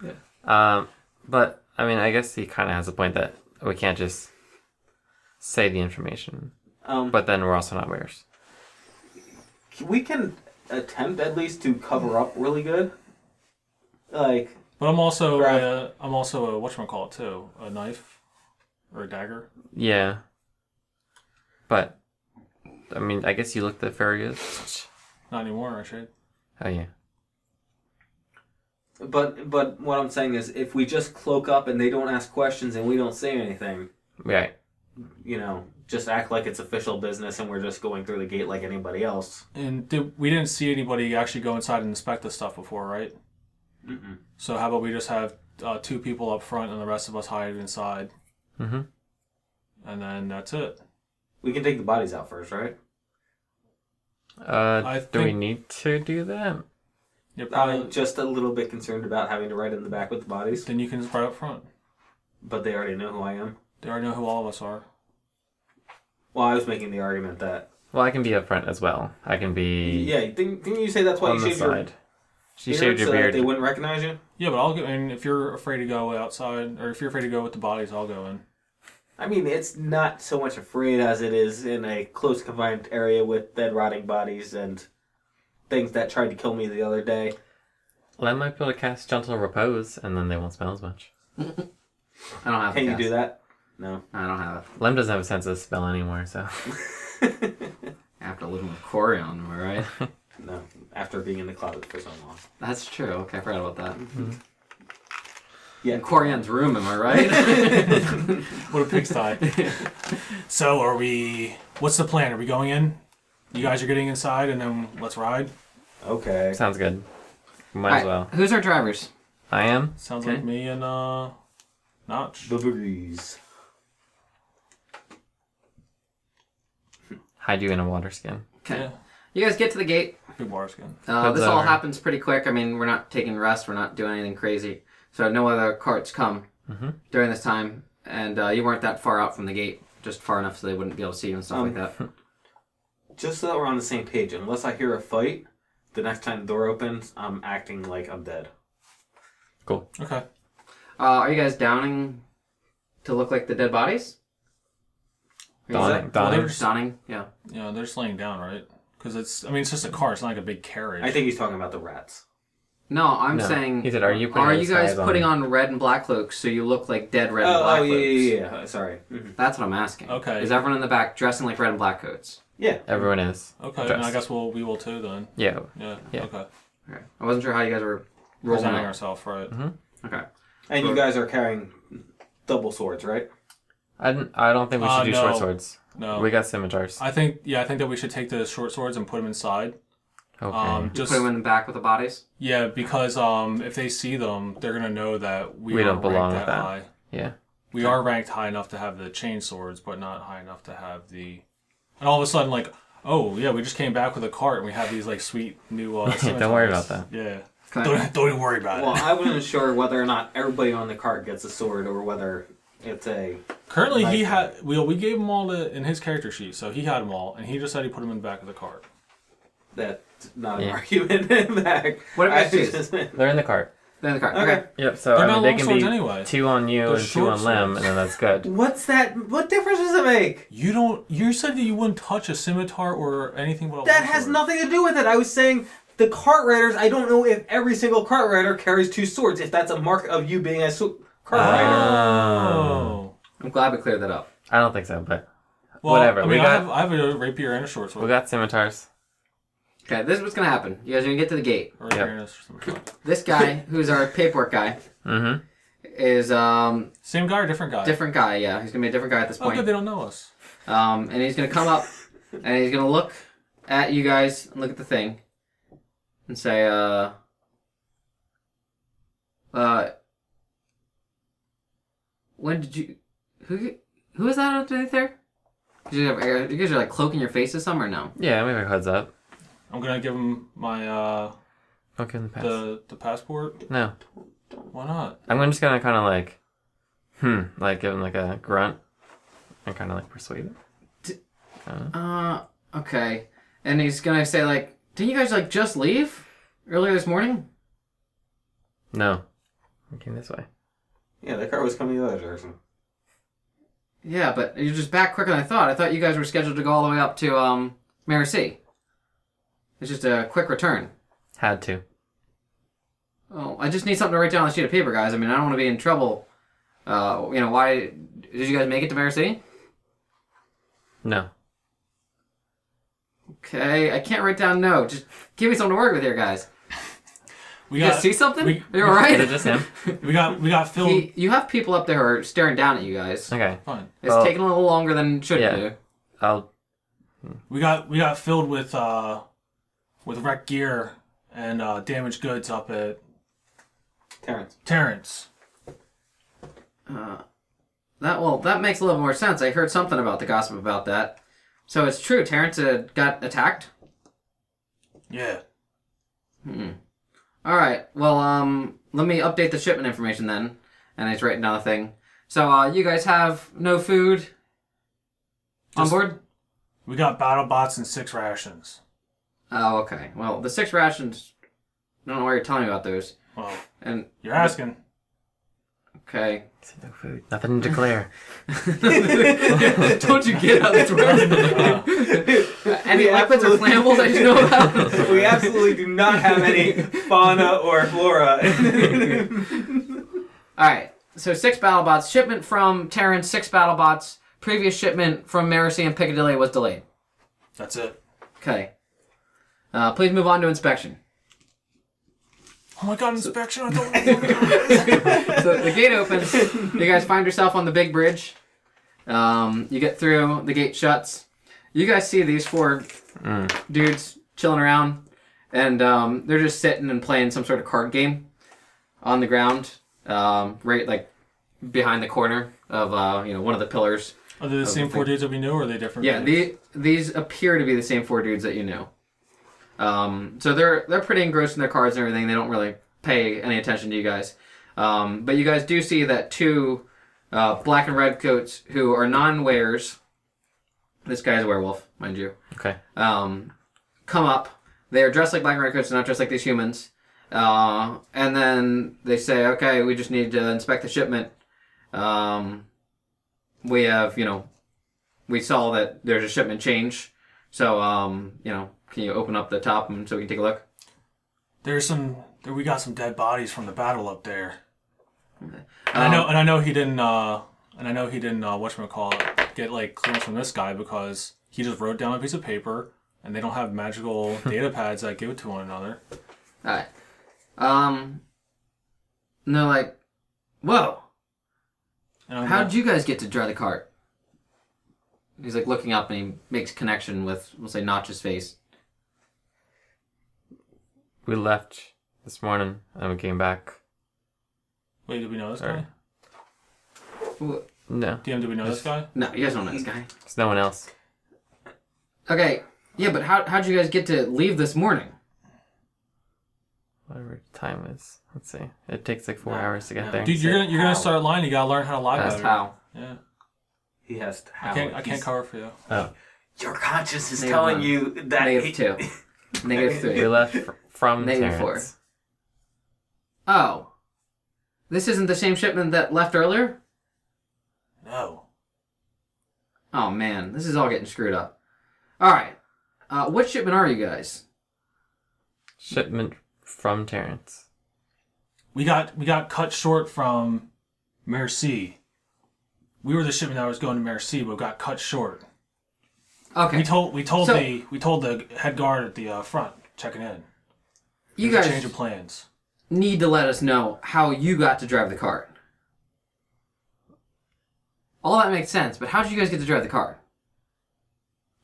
D: Um, but I mean, I guess he kind of has a point that we can't just say the information.
E: Um,
D: But then we're also not wares.
E: we can attempt at least to cover up really good. Like
C: But I'm also
E: Grab.
C: uh, I'm also a whatchamacallit too, a knife or a dagger.
D: Yeah. But, I mean, I guess you looked at Fergus.
C: Not anymore, I should.
D: Oh, yeah.
E: But but what I'm saying is, if we just cloak up and they don't ask questions and we don't say anything,
D: Right.
E: you know, just act like it's official business and we're just going through the gate like anybody else.
C: And did, we didn't see anybody actually go inside and inspect this stuff before, right?
E: Mm-mm.
C: So how about we just have uh, two people up front and the rest of us hide inside,
D: Mm-hmm.
C: and then that's it.
E: We can take the bodies out first, right?
D: Uh,
C: I
D: do we
C: think-
D: need to do that?
C: You're probably,
E: I'm just a little bit concerned about having to ride in the back with the bodies,
C: then you can just right up front.
E: but they already know who I am.
C: They already know who all of us are.
E: Well, I was making the argument that
D: Well, I can be up front as well. I can be
E: yeah, didn't, didn't you say that's why
D: on
E: you
D: the
E: shaved your
D: side. She shaved your
E: so that
D: beard.
E: they wouldn't recognize you?
C: Yeah, but I'll go in if you're afraid to go outside, or if you're afraid to go with the bodies, I'll go in.
E: I mean, it's not so much afraid as it is in a close confined area with dead rotting bodies and things that tried to kill me the other day.
D: Well, I might be able to cast Gentle Repose, and then they won't smell as much.
B: I don't have.
E: Can
B: the
E: you do
B: cast.
E: that? No.
B: I don't have. It.
D: Lem doesn't have a sense of spell anymore, so. [laughs]
B: After living with Corian, am I right? [laughs]
E: no. After being in the closet for so long.
B: That's true. Okay, I forgot about that.
E: Yeah.
B: In Corian's room, am I
D: [laughs]
B: right?
C: What a pigsty! so are we? What's the plan? Are we going in? You guys are getting inside, and then let's ride.
E: Okay.
D: Sounds good. Might as
B: Alright,
D: well.
B: Who's our drivers?
D: I am.
C: Sounds
B: Okay.
C: like me and uh, Notch.
E: The breeze.
D: Hide you in a water skin.
B: Okay.
C: Yeah,
B: You guys get to the gate.
C: big water skin.
B: Uh,
D: Heads
B: this all
D: over.
B: happens pretty quick. I mean, we're not taking rest. We're not doing anything crazy. So no other carts come
D: Mm-hmm.
B: during this time, and uh, you weren't that far out from the gate, just far enough so they wouldn't be able to see you and stuff
E: Um,
B: like that.
E: Just so that we're on the same page, unless I hear a fight, the next time the door opens, I'm acting like I'm dead.
D: Cool.
C: Okay.
B: Uh, are you guys downing to look like the dead bodies? Or is
D: Donning.
B: that-
D: Donning.
C: Just-
B: Donning. Yeah.
C: Yeah, they're just laying down, right? Because it's, I mean, it's just a car. It's not like a big carriage.
E: I think he's talking about the rats.
B: No, I'm
D: No.
B: saying.
D: He said, "Are you putting
B: are
D: those
B: you guys
D: guys on?"
B: putting on red and black cloaks so you look like dead red and
E: Oh,
B: black
E: oh,
B: cloaks?
E: yeah, yeah, yeah. Uh, Sorry. Mhm.
B: That's what I'm asking.
C: Okay.
B: Is everyone in the back dressing like red and black coats?
E: Yeah.
D: Everyone is.
C: Okay,
D: Dressed.
C: and I guess we'll we will too then.
D: Yeah.
C: Yeah.
D: Yeah.
C: Okay.
B: Okay. I wasn't sure how you guys were rolling
C: Presenting
B: out.
C: ourselves, right?
B: Okay.
E: And you guys are carrying double swords, right?
D: I don't, I don't think we should
C: Uh,
D: do
C: no.
D: short swords.
C: No.
D: We got scimitars.
C: I think yeah, I think that we should take the short swords and put them inside.
D: Okay.
C: Um,
B: Just
C: just
B: put them in the back with the bodies.
C: yeah, because um, if they see them, they're gonna know that we,
D: We
C: are
D: don't
C: ranked
D: belong
C: that
D: with that.
C: high.
D: yeah.
C: We are ranked high enough to have the chain swords, but not high enough to have the. And all of a sudden, like, oh yeah, we just came back with a cart and we have these like sweet new. Uh,
D: [laughs] Don't worry about
C: scimitars. Yeah.
B: Can I-
E: [laughs]
C: Don't, [laughs] don't even worry about
E: Well,
C: it.
E: I wasn't sure whether or not everybody on the cart gets a sword or whether it's a.
C: Currently, he
E: Right.
C: had. We, we gave him all the, in his character sheet, so he had them all, and he just said he put them in the back of the cart.
E: That's not an
D: Yeah.
E: argument [laughs] in back.
B: What about
E: I
B: shoes?
E: just- [laughs]
D: They're in the cart.
B: They're in the car. Okay.
E: Okay.
D: Yep. So
C: They're
D: I
C: not
D: mean, they
C: long
D: can
C: swords
D: be
C: anyway.
D: two on you
C: They're
D: and two
C: short
D: on Lem,
C: swords.
D: and then that's good.
E: What's that? What difference does it make?
C: You don't. You said that you wouldn't touch a scimitar or anything but a
E: That
C: long
E: has
C: sword.
E: nothing to do with it. I was saying the cart riders. I don't know if every single cart rider carries two swords. If that's a mark of you being a so- cart
D: Ah.
E: rider.
D: Oh.
C: Oh.
B: I'm glad we cleared that up.
D: I don't think so, but
C: Well, I
D: Whatever, we
C: mean, I,
D: got-
C: have, I have a rapier and a short sword.
D: we got scimitars.
B: Okay, this is what's gonna happen. You guys are gonna get to the gate.
C: a rapier
D: Yep.
C: and a scimitar.
B: This
E: [laughs]
B: guy, who's our paperwork guy,
D: Mm-hmm.
B: is um
C: Same guy or different guy?
B: different guy. Yeah, he's gonna be a different guy at this
C: Oh,
B: point.
C: good. They don't know us.
B: Um, and he's gonna come up, and he's gonna look at you guys and look at the thing, and say, uh, uh, when did you, who, who is that underneath there? You guys, have, you guys are like cloaking your faces some or no?
D: Yeah, we have our hoods up.
C: I'm gonna give him my uh
D: Don't give them the pass.
C: the the passport.
D: No.
C: Why not?
D: I'm just gonna kind of like, hmm, like give him like a grunt and kind of like persuade him.
B: Uh, okay. And he's gonna say like, didn't you guys like just leave earlier this morning?
D: No. I came this way.
E: Yeah, the cart was coming the other direction.
B: Yeah, but you're just back quicker than I thought. I thought you guys were scheduled to go all the way up to um Mary C. It's just a quick return.
D: Had to.
B: Oh, I just need something to write down on a sheet of paper, guys. I mean, I don't want to be in trouble. Uh, you know, why did you guys make it to Bear City?
D: No.
B: Okay, I can't write down no. Just give me something to work with here, guys.
C: We
B: You guys see something?
C: we-
B: Are you all right?
D: Is it
B: [laughs]
D: just him?
C: we got we got filled.
B: He- you have people up there who are staring down at you guys.
D: Okay.
C: Fine.
B: It's
D: Well-
B: taking a little longer than it should
D: Yeah.
B: do.
D: I'll.
C: We got we got filled with uh with wrecked gear and uh damaged goods up at
E: Terrence.
C: Terrence.
B: Uh, That well, that makes a little more sense. I heard something about the gossip about that. So it's true. Terrence uh, got attacked.
C: Yeah.
B: All right. Well, um, let me update the shipment information then. And he's writing down the thing. So uh, you guys have no food on
C: Just-
B: board.
C: We got battle bots and six rations.
B: Oh, okay. Well, the six rations. I don't know why you're telling me about those.
C: Well,
B: And
C: you're asking.
B: okay, [laughs]
D: No food. Nothing to declare.
B: don't you get out this
C: [laughs] Uh,
B: [laughs] Any
E: We
B: weapons or
E: absolutely-
B: flammables I should
E: [laughs]
B: know about?
E: we absolutely do not have any fauna or flora.
B: All right. So six battle bots. Shipment from Terran. Six battle bots. Previous shipment from Maracy and Piccadilly was delayed.
C: that's it.
B: Okay. Uh, please move on to inspection.
C: Oh my god, inspection!
B: [laughs]
C: I don't.
B: So the gate opens. You guys find yourself on the big bridge. Um, you get through. The gate shuts. You guys see these four dudes chilling around, and um, they're just sitting and playing some sort of card game on the ground, um, right like behind the corner of uh, you know one of the pillars.
C: Are they the same four dudes that we knew, or are they different?
B: Yeah,
C: dudes?
B: the, these appear to be the same four dudes that you know. Um, so they're they're pretty engrossed in their cards and everything. They don't really pay any attention to you guys. Um, but you guys do see that two uh, black and red coats who are non-wares. This guy's a werewolf, mind you.
D: Okay.
B: Um, come up. They are dressed like black and red coats, they're not dressed like these humans. Uh, and then they say, "Okay, we just need to inspect the shipment. Um, we have, you know, we saw that there's a shipment change. So, um, you know, can you open up the top and so we can take a look?
C: There's some. There, we got some dead bodies from the battle up there. And
B: Um,
C: I know, and I know he didn't. uh And I know he didn't. Uh, what call Get like clearance from this guy because he just wrote down a piece of paper, and they don't have magical data pads that give it to one another.
B: All right. Um, and they're like, "Whoa,
C: And I'm
B: how
C: like,
B: did you guys get to draw the cart?" He's like looking up and he makes connection with, we'll say, Notch's face.
D: We left this morning and we came back.
C: Wait, did we know this
D: Sorry.
C: guy?
B: Wh-
D: No.
C: DM, did we know this guy?
B: No, you guys don't know this guy.
D: It's no one else.
B: Okay, yeah, but how how'd you guys get to leave this morning?
D: Whatever the time is. Let's see. It takes like four hours to get there.
C: Dude, you're
E: said
C: gonna you're gonna
E: how.
C: start lying. You gotta learn how to lie
D: That's
C: better.
B: How?
C: Yeah,
E: he has to
C: I
E: have
C: can't I can't
E: He's-
C: cover for you.
D: Oh.
E: Your conscience is
B: Negative
E: telling
B: one.
E: you that
B: Negative two. [laughs] Negative
D: We
B: three.
D: left fr-
B: [laughs]
D: from
B: Maybe
D: Terrence.
B: four. Oh. This isn't the same shipment that left earlier?
C: No,
B: Oh man, this is all getting screwed up. Alright. Uh, what shipment are you guys?
D: Shipment from Terrence.
C: we got we got cut short from Mercy. We were the shipment that was going to Mercy, but got cut short.
B: Okay.
C: We told we told
B: So-
C: the we told the head guard at the uh, front checking in.
B: you
C: There's a change
B: guys
C: of plans.
B: need to let us know how you got to drive the cart. All that makes sense, but how did you guys get to drive the cart?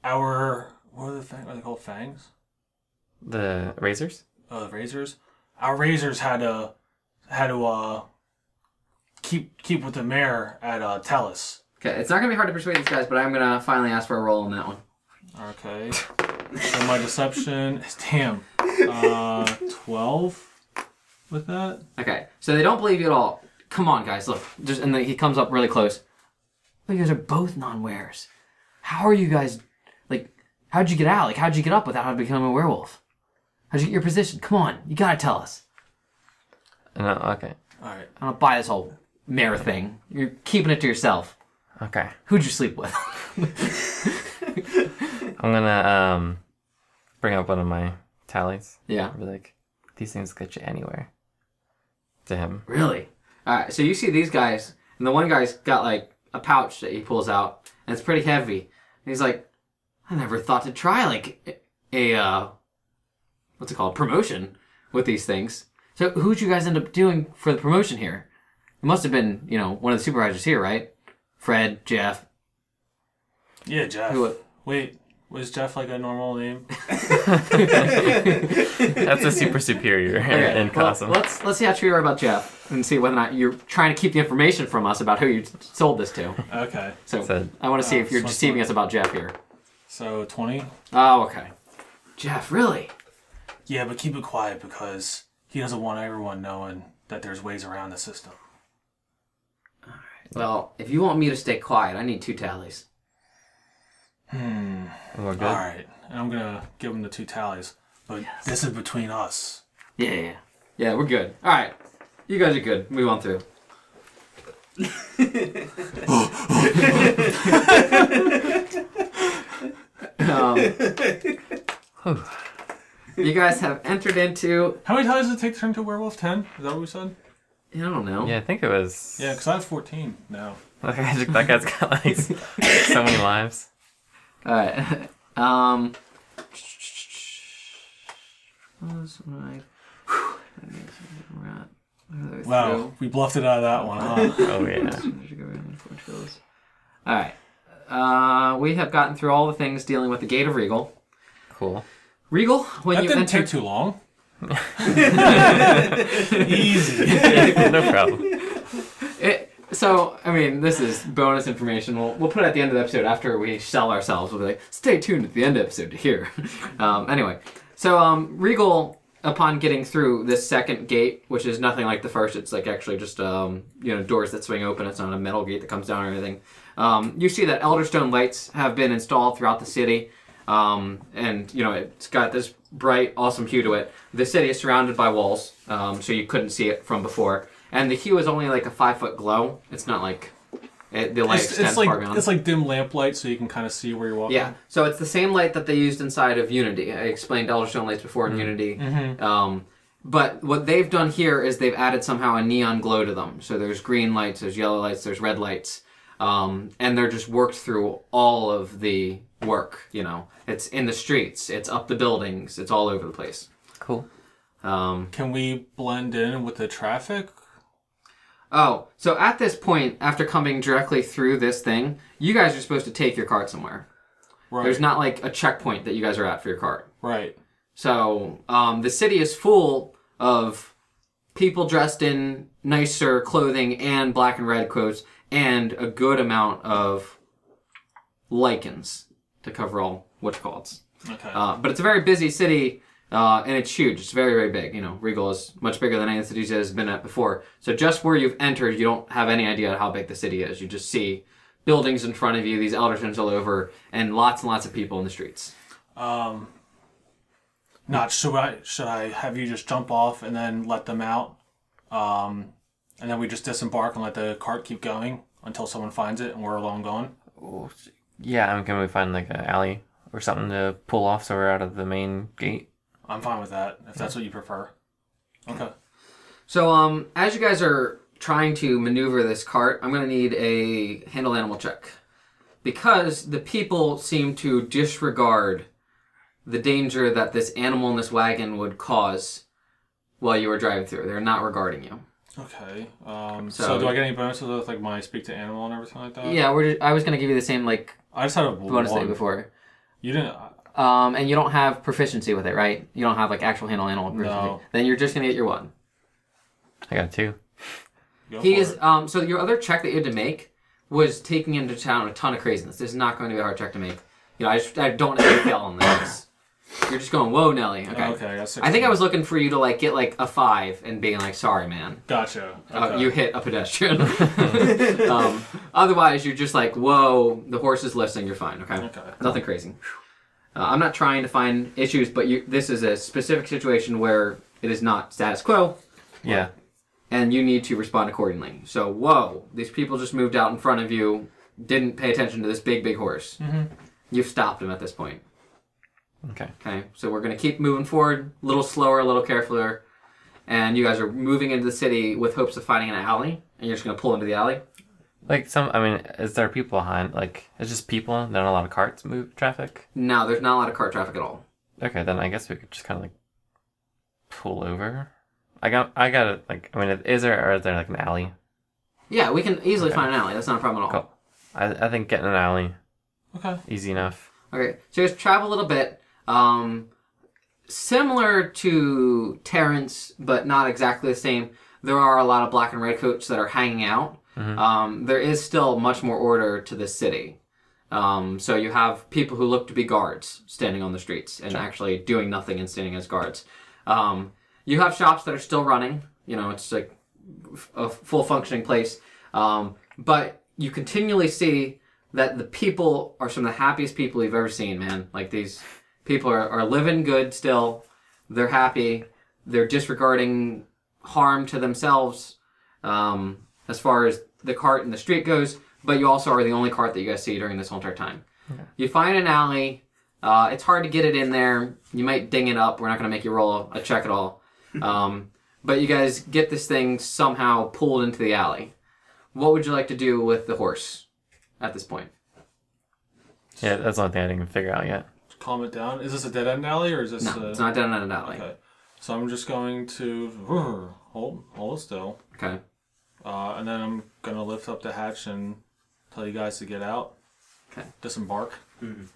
C: Our what are the fang, are they called fangs?
D: The razors?
C: Oh, the razors. Our razors had to had to uh keep keep with the mayor at uh Tellus.
B: Okay, it's not gonna be hard to persuade these guys, but I'm gonna finally ask for a roll on that one. [laughs]
C: Okay. so my deception is damn uh twelve with that.
B: Okay, so they don't believe you at all. Come on, guys, look. Just and then he comes up really close. But you guys are both non-wares. How are you guys? Like, how'd you get out? Like, how'd you get up without having become a werewolf? How'd you get your position? Come on, you gotta tell us.
D: No, okay.
C: All right.
B: I don't buy this whole mare thing. You're keeping it to yourself.
D: Okay.
B: Who'd you sleep with? [laughs]
D: I'm gonna um bring up one of my tallies.
B: Yeah.
D: I'd be like, these things get you anywhere. To him.
B: Really? All right. So you see these guys, and the one guy's got like a pouch that he pulls out, and it's pretty heavy. And he's like, I never thought to try like a uh, what's it called promotion with these things. So who'd you guys end up doing for the promotion here? It must have been you know one of the supervisors here, right? Fred, Jeff.
C: Yeah, Jeff.
B: Who-
C: Wait, was Jeff like a
B: [laughs]
C: normal name?
D: That's a super superior
B: Okay,
D: in
B: well,
D: Cosm.
B: let's let's see how true you are about Jeff, and see whether or not you're trying to keep the information from us about who you sold this to.
C: Okay,
B: So
D: Said-
B: I want to see
C: Oh,
B: if you're
C: so-
B: deceiving us about Jeff here.
C: so twenty.
B: Oh, okay. Jeff, really?
C: Yeah, but keep it quiet because he doesn't want everyone knowing that there's ways around the system.
B: Well, if you want me to stay quiet, I need two tallies.
D: We're good.
C: All right, and I'm gonna give him the two tallies, but this is between us.
B: Yeah, yeah, yeah. Yeah, we're good. All right. You guys are good. Move on through. um, you guys have entered into,
C: How many tallies does it take to turn to a werewolf? Ten? Is that what we said?
B: I don't know.
D: Yeah, I think it was.
C: Yeah, because I have fourteen now.
D: That guy's- that guy's got like so many lives.
B: All right. [laughs] Um. Plus my- We're at- we're
C: Wow, we bluffed it out of that one,
B: [laughs]
C: huh?
D: Oh yeah.
B: All right. Uh, we have gotten through all the things dealing with the Gate of Regal.
D: Cool.
B: Regal, when
C: that
B: you
C: didn't
B: enter,
C: take too long. Easy.
D: no problem.
B: it, so I mean, this is bonus information. We'll we'll put it at the end of the episode after we sell ourselves. We'll be like, stay tuned at the end of the episode to hear. [laughs] um, anyway, so um, Regal, upon getting through this second gate, which is nothing like the first, it's like actually just um, you know doors that swing open. It's not a metal gate that comes down or anything. Um, you see that Elderstone lights have been installed throughout the city. Um, and you know it's got this bright, awesome hue to it. The city is surrounded by walls, um, so you couldn't see it from before. And the hue is only like a five foot glow. It's not like it, the light
C: It's,
B: extends
C: it's like
B: far beyond.
C: it's like dim lamplight, so you can kind of see where you're walking.
B: yeah, so it's the same light that they used inside of Unity. I explained Elderstone lights before in Unity. Um, but what they've done here is they've added somehow a neon glow to them. So there's green lights, there's yellow lights, there's red lights, um, and they're just worked through all of the work. You know, it's in the streets, it's up the buildings, it's all over the place.
D: Cool.
B: Um,
C: Can we blend in with the traffic?
B: oh, so at this point, after coming directly through this thing, you guys are supposed to take your cart somewhere.
C: Right.
B: There's not like a checkpoint that you guys are at for your cart.
C: right.
B: So um, the city is full of people dressed in nicer clothing and black and red coats, and a good amount of lichens to cover all witchcalls.
C: Okay.
B: Uh, but it's a very busy city, uh, and it's huge. It's very, very big. You know, Regal is much bigger than any of the cities it has been at before. So just where you've entered, you don't have any idea how big the city is. You just see buildings in front of you, these eldertons all over, and lots and lots of people in the streets.
C: um. Not should I should I have you just jump off and then let them out, um, and then we just disembark and let the cart keep going until someone finds it and we're alone gone.
D: Yeah, I'm gonna find like an alley or something to pull off so we're out of the main gate.
C: I'm fine with that if that's what you prefer. Okay.
B: So, um, as you guys are trying to maneuver this cart, I'm gonna need a handle animal check because the people seem to disregard the danger that this animal in this wagon would cause while you were driving through. They're not regarding you.
C: Okay. Um, so,
B: So-
C: do I get any bonuses with like my speak to animal and everything like that?
B: Yeah, we're. Just, I was gonna give you the same like
C: I just had a
B: bonus
C: one.
B: thing before,
C: You didn't. uh, I-
B: um, and you don't have proficiency with it, right? You don't have like actual handle animal proficiency.
C: No.
B: Then you're just gonna get your one.
D: I got two.
C: Go
B: He
C: for
B: is.
C: it.
B: Um, so your other check that you had to make was taking into town a ton of craziness. This is not going to be a hard check to make. You know, I, just, I don't have to fail on this. You're just going, whoa, Nelly. Okay.
C: Oh, Okay, I got six.
B: I think I was looking for you to like get like a five and being like, sorry, man,
C: Gotcha.
B: uh,
C: Okay.
B: you hit a
C: [laughs]
B: pedestrian. [laughs] um, otherwise, you're just like, whoa, the horse is listing. You're fine. Okay.
C: Okay.
B: Nothing crazy. Uh, I'm not trying to find issues, but you, this is a specific situation where it is not status quo
D: Yeah.
B: and you need to respond accordingly. So, whoa, these people just moved out in front of you, didn't pay attention to this big, big horse. Mm-hmm. You've stopped him at this point.
D: Okay.
B: Okay, so we're gonna keep moving forward, a little slower, a little carefully, and you guys are moving into the city with hopes of finding an alley, and you're just gonna pull into the alley.
D: Like some, I mean, is there people behind? Like it's just people. Not a lot of carts move traffic.
B: No, there's not a lot of car traffic at all.
D: Okay, then I guess we could just kind of like pull over. I got, I got to like. I mean, is there or is there like an alley?
B: Yeah, we can easily find an alley. That's not a problem at all.
D: Cool. I, I think getting an alley
C: Okay.
D: easy enough.
B: Okay, so you guys travel a little bit. Um, similar to Terrence, but not exactly the same. There are a lot of black and red coats that are hanging out. Um, there is still much more order to this city. Um, so you have people who look to be guards standing on the streets and actually doing nothing and standing as guards. Um, you have shops that are still running. You know, it's like a full functioning place. Um, but you continually see that the people are some of the happiest people you've ever seen, man. Like these people are, are living good still. They're happy. They're disregarding harm to themselves um, as far as the cart in the street goes. But you also are the only cart that you guys see during this whole entire time. You find an alley. Uh, it's hard to get it in there. You might ding it up. We're not going to make you roll a check at all. Um, but you guys get this thing somehow pulled into the alley. What would you like to do with the horse at this point?
D: Yeah, that's the only thing I didn't figure out yet.
C: Calm it down. Is this a dead end alley or is this
B: No,
C: a...
B: it's uh, not down in an alley.
C: Okay. So I'm just going to hold hold still,
B: Okay.
C: uh, and then I'm gonna lift up the hatch and tell you guys to get out.
B: Okay.
C: Disembark.
B: Um,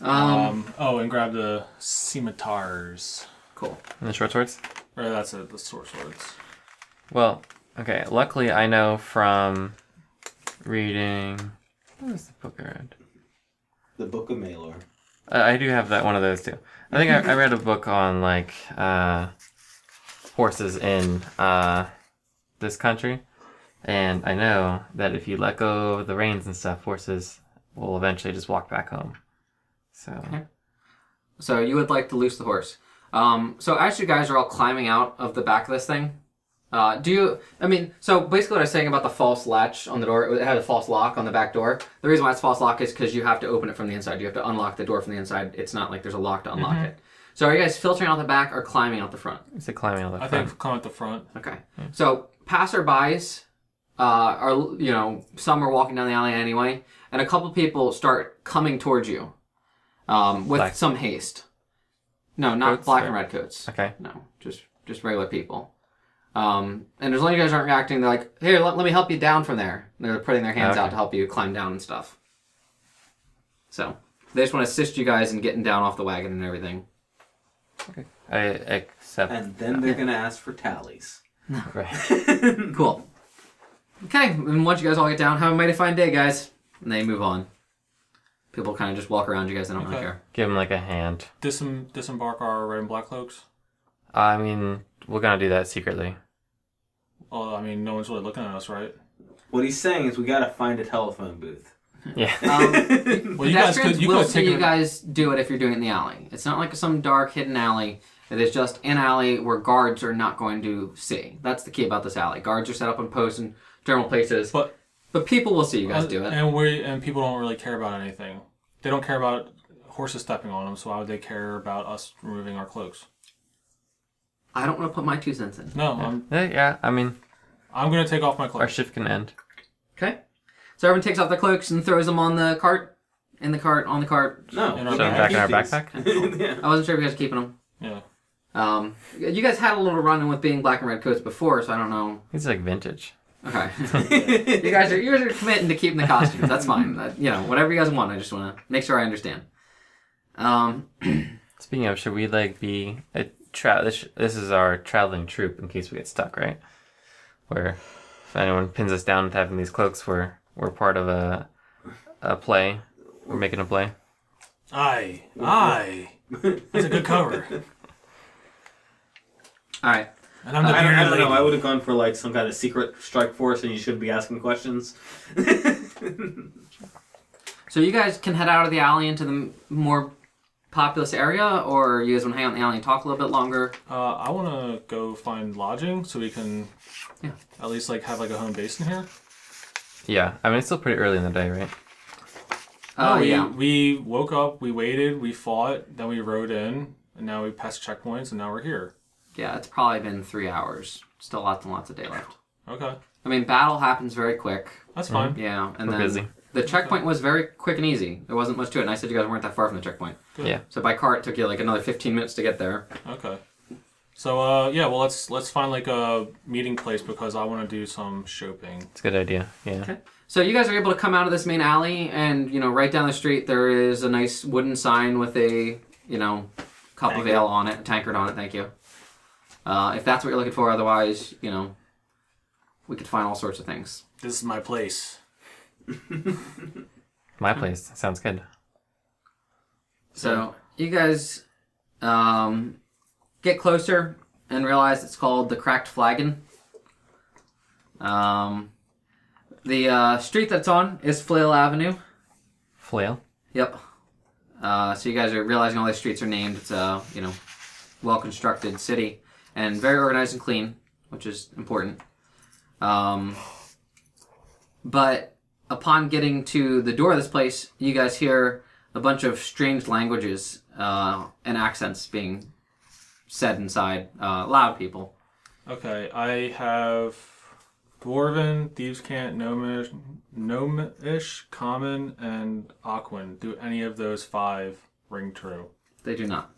C: Um. Oh, and grab the scimitars.
B: cool.
D: And the short swords.
C: Or that's it. The sword swords.
D: Well, okay. Luckily, I know from reading. What was the book I read?
E: The Book of Malor.
D: I I do have that one of those too. I think I, I read a book on like uh, horses in uh, this country, and I know that if you let go of the reins and stuff, horses will eventually just walk back home. So
B: So you would like to loose the horse. Um, so as you guys are all climbing out of the back of this thing, uh, do you? I mean, so basically, what I was saying about the false latch on the door, it had a false lock on the back door. The reason why it's false lock is because you have to open it from the inside. You have to unlock the door from the inside. It's not like there's a lock to unlock it. So are you guys filtering out the back or climbing out the front?
D: it's a climbing all the
C: I
D: front.
C: think come at the front.
B: Okay. So passerbys uh, are, you know, some are walking down the alley anyway, and a couple people start coming towards you um, with
D: Black-
B: some haste. No, not
D: Coats,
B: black
D: or-
B: and red coats.
D: Okay.
B: No, just just regular people. Um, and as long as you guys aren't reacting, they're like, "Here, let, let me help you down from there." And they're putting their hands out
D: Okay.
B: to help you climb down and stuff. So they just want to assist you guys in getting down off the wagon and everything.
D: I accept.
E: And then they're gonna ask for tallies.
D: Right.
B: Cool. Okay, and once you guys all get down, have a mighty fine day, guys. And they move on. People kind of just walk around you guys, they don't really
C: Okay.
B: care.
D: Give him like a hand.
C: Disem- disembark our red and black cloaks.
D: I mean, we're gonna do that secretly.
C: Oh, I mean, no one's really looking at us, right?
E: What he's saying is we gotta find a telephone booth.
D: Yeah.
B: Um,
C: Well, you guys
B: pedestrians
C: could. You
B: will
C: could
B: see
C: take
B: you
C: it.
B: guys do it if you're doing it in the alley. It's not like some dark hidden alley. It is just an alley where guards are not going to see. That's the key about this alley. Guards are set up on posts and general places,
C: But Uh,
B: but people will see you guys do it.
C: and we and people don't really care about anything. They don't care about horses stepping on them. So why would they care about us removing our cloaks?
B: I don't want to put my two cents in.
C: No, I'm
D: Eh, yeah. I mean,
C: I'm gonna take off my
D: our
C: cloak.
D: shift can end.
B: Okay. So everyone takes off their cloaks and throws them on the cart, in the cart, on the cart.
E: No.
C: In our
E: we
D: Put him
E: gotta
D: back in our
E: keep
D: backpack.
F: [laughs]
E: these. [laughs] yeah.
B: I wasn't sure if you guys were keeping them.
C: Yeah.
B: Um, you guys had a little run in with being black and red coats before, so I don't know.
D: He's like vintage.
B: Okay. [laughs] you guys are you guys are committing to keeping the costumes. That's fine. That, you know, whatever you guys want. I just want to make sure I understand. Um,
D: Speaking of, should we like be a tra- this, this is our traveling troop in case we get stuck, right? Where if anyone pins us down with having these cloaks, we're we're part of a a play. We're making a play.
C: Aye, aye. That's a good
E: [laughs]
C: cover.
B: all right.
C: And I'm the
E: I don't, I
C: bearded
E: don't know.
C: lady.
E: I would have gone for like some kind of secret strike force, and you shouldn't be asking questions. [laughs]
B: So you guys can head out of the alley into the m- more populous area, or you guys want to hang out in the alley and talk a little bit longer.
C: Uh, I want to go find lodging so we can,
B: Yeah.
C: at least like have like a home base in here.
D: Yeah, I mean it's still pretty early in the day, right?
B: Oh,
C: Uh, we,
B: yeah.
C: We woke up, we waited, we fought, then we rode in, and now we passed checkpoints, and now we're here.
B: Yeah, it's probably been three hours. Still lots and lots of day left.
C: Okay,
B: I mean, battle happens very quick.
C: that's fine.
B: Yeah, and
D: We're
B: then
D: busy.
B: the checkpoint was very quick and easy. There wasn't much to it, and I said you guys weren't that far from the checkpoint.
C: Good.
D: Yeah.
B: So by car, it took you like another 15 minutes to get there.
C: Okay. So uh, yeah, well let's let's find like a meeting place because I want to do some shopping.
D: It's a good idea. Yeah.
B: So you guys are able to come out of this main alley, and you know, right down the street there is a nice wooden sign with a you know cup of
E: Tankard.
B: ale on it, tankard on it. Thank you. Uh, if that's what you're looking for, otherwise, you know, we could find all sorts of things.
C: This is my place.
D: My place. Sounds good.
B: So you guys um, get closer and realize it's called the Cracked Flagon. Um, the uh, street that's on is Flail Avenue.
D: Flail.
B: Yep. Uh, so you guys are realizing all these streets are named. It's a you know well-constructed city and very organized and clean, which is important. Um, but upon getting to the door of this place, you guys hear a bunch of strange languages uh, and accents being said inside. Uh, loud people.
C: Okay, I have dwarven, thieves can't, gnomish, gnomish, common, and aquan. Do any of those five ring true?
B: They do not.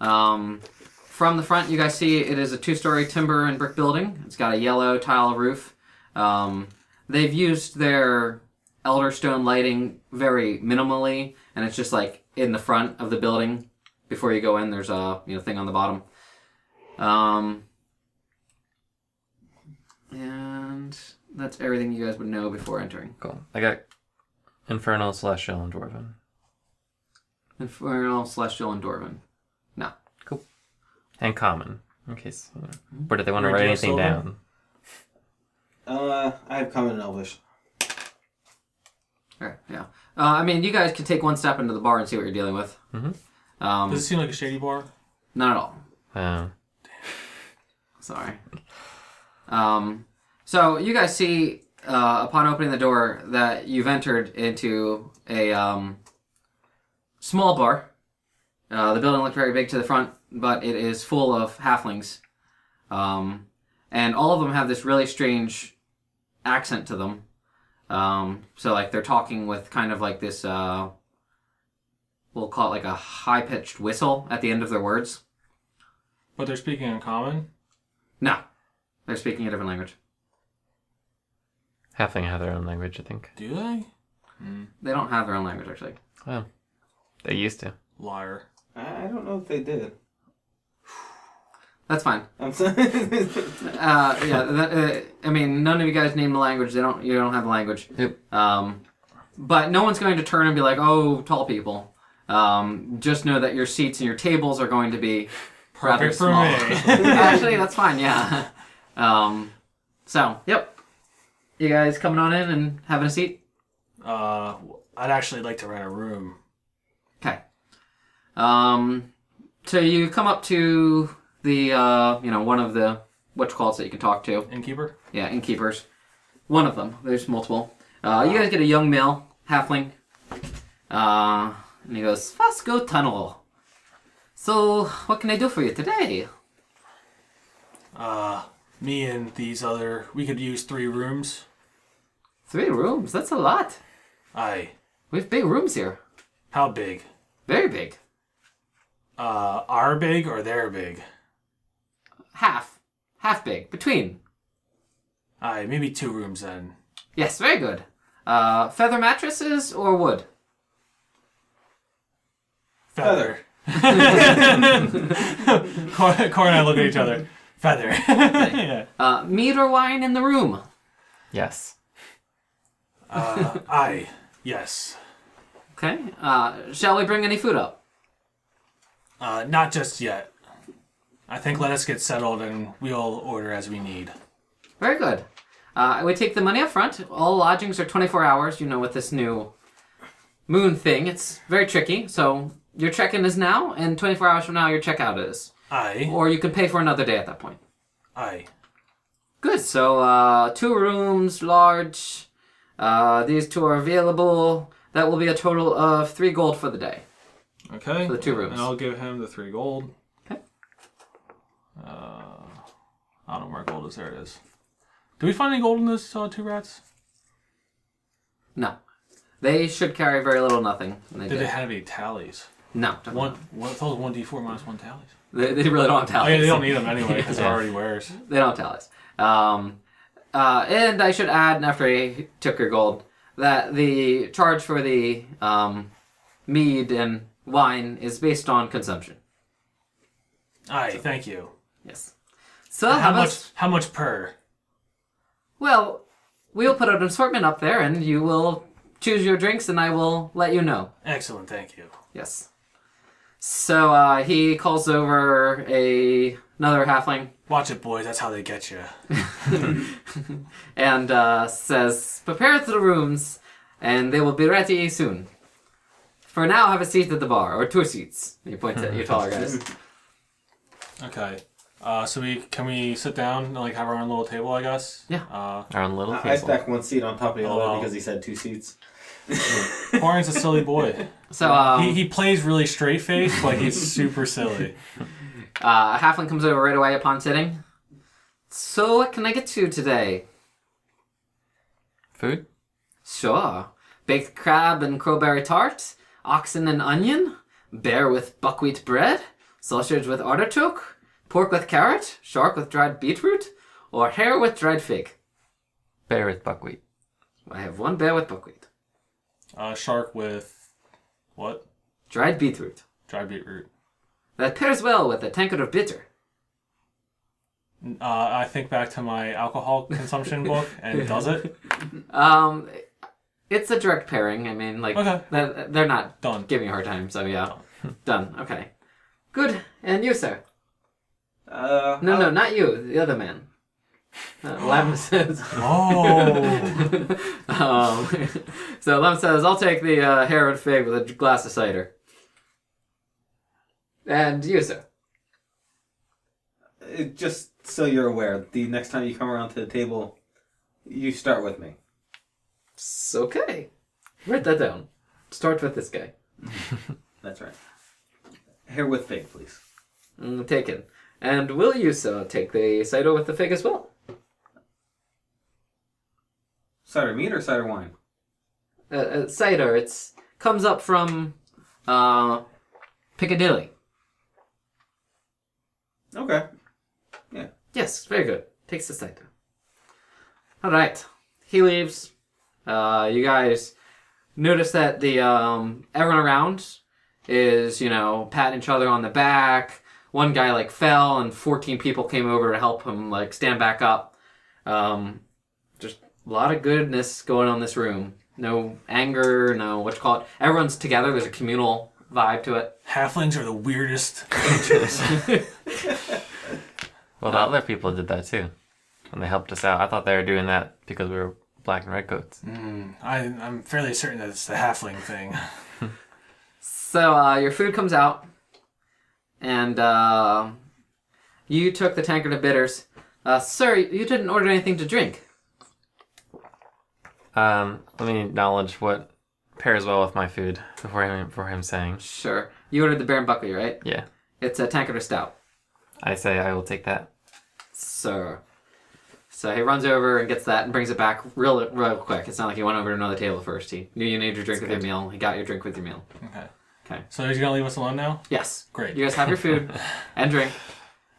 B: Um, from the front, you guys see it is a two-story timber and brick building. It's got a yellow tile roof. Um, they've used their elderstone lighting very minimally, and it's just like in the front of the building. Before you go in, there's a you know thing on the bottom. Um, and that's everything you guys would know before entering.
D: Cool. I got Infernal, Celestial, and Dwarven.
B: Infernal, Celestial, and Dwarven. No.
D: And common. In case. You know. Or did they want to
C: Or
D: write
C: do
D: anything
C: silver?
D: down?
E: Uh, I have common and elvish.
B: All right, yeah. Uh, I mean, you guys can take one step into the bar and see what you're dealing with. Mm-hmm. Um,
C: Does it seem like a shady bar?
B: Not at all.
D: Uh,
B: Sorry. Um, so you guys see uh, upon opening the door that you've entered into a um, small bar. Uh, the building looked very big to the front, but it is full of halflings, um, and all of them have this really strange accent to them. Um, so like they're talking with kind of like this, uh, we'll call it like a high pitched whistle at the end of their words.
C: But they're speaking in common.
B: No, they're speaking a different language.
D: Halfling have their own language, I think.
C: Do they?
B: They don't have their own language, actually.
D: Well, they used to.
C: Liar.
E: I, I don't know if they did.
B: That's fine.
E: I'm sorry.
B: Uh, yeah, that, uh, I mean, none of you guys name the language. They don't. You don't have a language.
D: Yep.
B: Um, but no one's going to turn and be like, "Oh, tall people." Um, just know that your seats and your tables are going to be rather
C: Perfect for
B: small.
C: me.
B: [laughs]
C: [laughs]
B: actually, that's fine. Yeah. Um, so, yep. You guys coming on in and having a seat.
C: uh, I'd actually like to rent a room.
B: Okay. Um, so you come up to the uh, you know one of the what's calls that you can talk to.
C: Innkeeper.
B: Yeah, innkeepers. One of them. There's multiple. Uh, you guys get a young male, halfling. Uh, and he goes, Vasco Tunnel. So, what can I do for you today?
C: Uh, me and these other. We could use three rooms.
B: Three rooms, that's a lot.
C: Aye.
B: We have big rooms here.
C: How big?
B: Very big.
C: Uh, our big or their big?
B: Half. Half big. Between.
C: Aye, maybe two rooms then.
B: Yes, very good. Uh, feather mattresses or wood?
C: Feather. [laughs] Cor Cor and I look at each other. Feather. yeah.
B: Uh, mead or wine in the room?
D: Yes.
C: [laughs] Uh, aye. Yes.
B: Okay. Uh, shall we bring any food up?
C: Uh, not just yet. I think let us get settled and we'll order as we need.
B: Very good. Uh, we take the money up front. All lodgings are 24 hours. You know, with this new moon thing, it's very tricky. So your check-in is now, and 24 hours from now, your check-out is.
C: Aye.
B: Or you can pay for another day at that point.
C: Aye.
B: Good. So uh, two rooms, large. Uh, these two are available. That will be a total of three gold for the day.
C: Okay.
B: For the two rooms.
C: And I'll give him the three gold.
B: Okay.
C: Uh, I don't know where gold is. There it is. Do we find any gold in those uh, two rats?
B: No. They should carry very little, nothing. And they
C: Did
B: did.
C: they have any tallies?
B: No. don't-
C: One, one, it was one d four minus one tallies.
B: They, they really don't have
C: Oh
B: tallies.
C: yeah, they don't need
B: [laughs]
C: them anyway because
D: Yeah.
C: they're already wares.
B: They don't tell us. Um, uh, and I should add, after I took your gold, that the charge for the um, mead and wine is based on consumption.
C: Aye, thank you.
B: Yes. So
C: How
B: how
C: much?
B: much?
C: How much per?
B: Well, we'll put an assortment up there, and you will choose your drinks, and I will let you know.
C: Excellent, thank you.
B: Yes. So uh, he calls over a another halfling
C: Watch it, boys. That's how they get you.
B: [laughs] and uh, says, "Prepare the rooms, and they will be ready soon. For now, have a seat at the bar, or two seats." He points at you taller guys.
C: Okay. Uh, so we can we sit down and like have our own little table, I guess.
B: Yeah.
C: Uh,
D: Our own little
F: I I
D: table.
F: stack one seat on top of the
C: Oh,
F: other
C: wow.
F: because he said two
E: [laughs]
F: seats.
C: Warren's a silly
F: [laughs]
C: boy.
B: So [laughs] um,
C: he, he plays really straight faced, like he's super silly.
B: uh, a halfling comes over right away upon sitting. So, what can I get you today?
D: Food?
B: Sure, baked crab and crowberry tart, oxen and onion, bear with buckwheat bread, sausage with artichoke, pork with carrot, shark with dried beetroot, or hare with dried fig.
D: Bear with buckwheat.
B: I have one bear with buckwheat,
C: Uh, shark with what?
B: dried beetroot.
C: Dried beetroot.
B: That pairs well with a tankard of bitter.
C: Uh, I think back to my alcohol consumption book, and does it
B: Um, it's a direct pairing. I mean, like
C: Okay.
B: they're, they're not
C: Done.
B: giving me a hard time. So
C: [laughs]
B: yeah, done. Okay, good. And you, sir?
E: Uh,
B: No, no, not you. The other man. Uh,
C: [gasps]
B: Lamb says.
C: Oh,
B: [laughs] um, so Lamb says, "I'll take the uh, hair and fig with a glass of cider." And you, sir?
F: It- just so you're aware, the next time you come around to the table, you start with me.
B: "S- Okay, write that down. Start with this guy.
F: That's right. Hair with fig, please.
B: Mm, taken. And will you, sir, take the cider with the fig as well?
F: Cider meat or cider wine?
B: uh, uh, cider. It's comes up from uh, Piccadilly.
F: Okay.
B: Yes, very good. Takes the cider. All right, he leaves. Uh, you guys notice that the um, everyone around is you know patting each other on the back. One guy like fell, and fourteen people came over to help him like stand back up. Um, just a lot of goodness going on in this room. No anger, no what you call it. Everyone's together. There's a communal vibe to it.
C: [laughs] halflings are the weirdest.
D: Well, the other people did that too. And they helped us out. I thought they were doing that because we were black and red coats.
C: Mm, I, I'm fairly certain that it's the halfling thing.
B: So uh, your food comes out, and uh, you took the tankard of bitters. Uh, sir, you didn't order anything to drink.
D: Um, let me acknowledge what pairs well with my food before him, before him saying.
B: Sure, you ordered the Baron Buckley, right?
D: Yeah.
B: It's a tankard of stout,
D: I say I will take that.
B: sir. So he runs over and gets that and brings it back real, real quick. It's not like he went over to another table first. He knew you needed your drink with your meal. He got your drink with your meal.
C: Okay.
B: Okay.
C: So he's gonna leave us alone now.
B: Yes.
C: Great.
B: You guys have your [laughs] food and drink,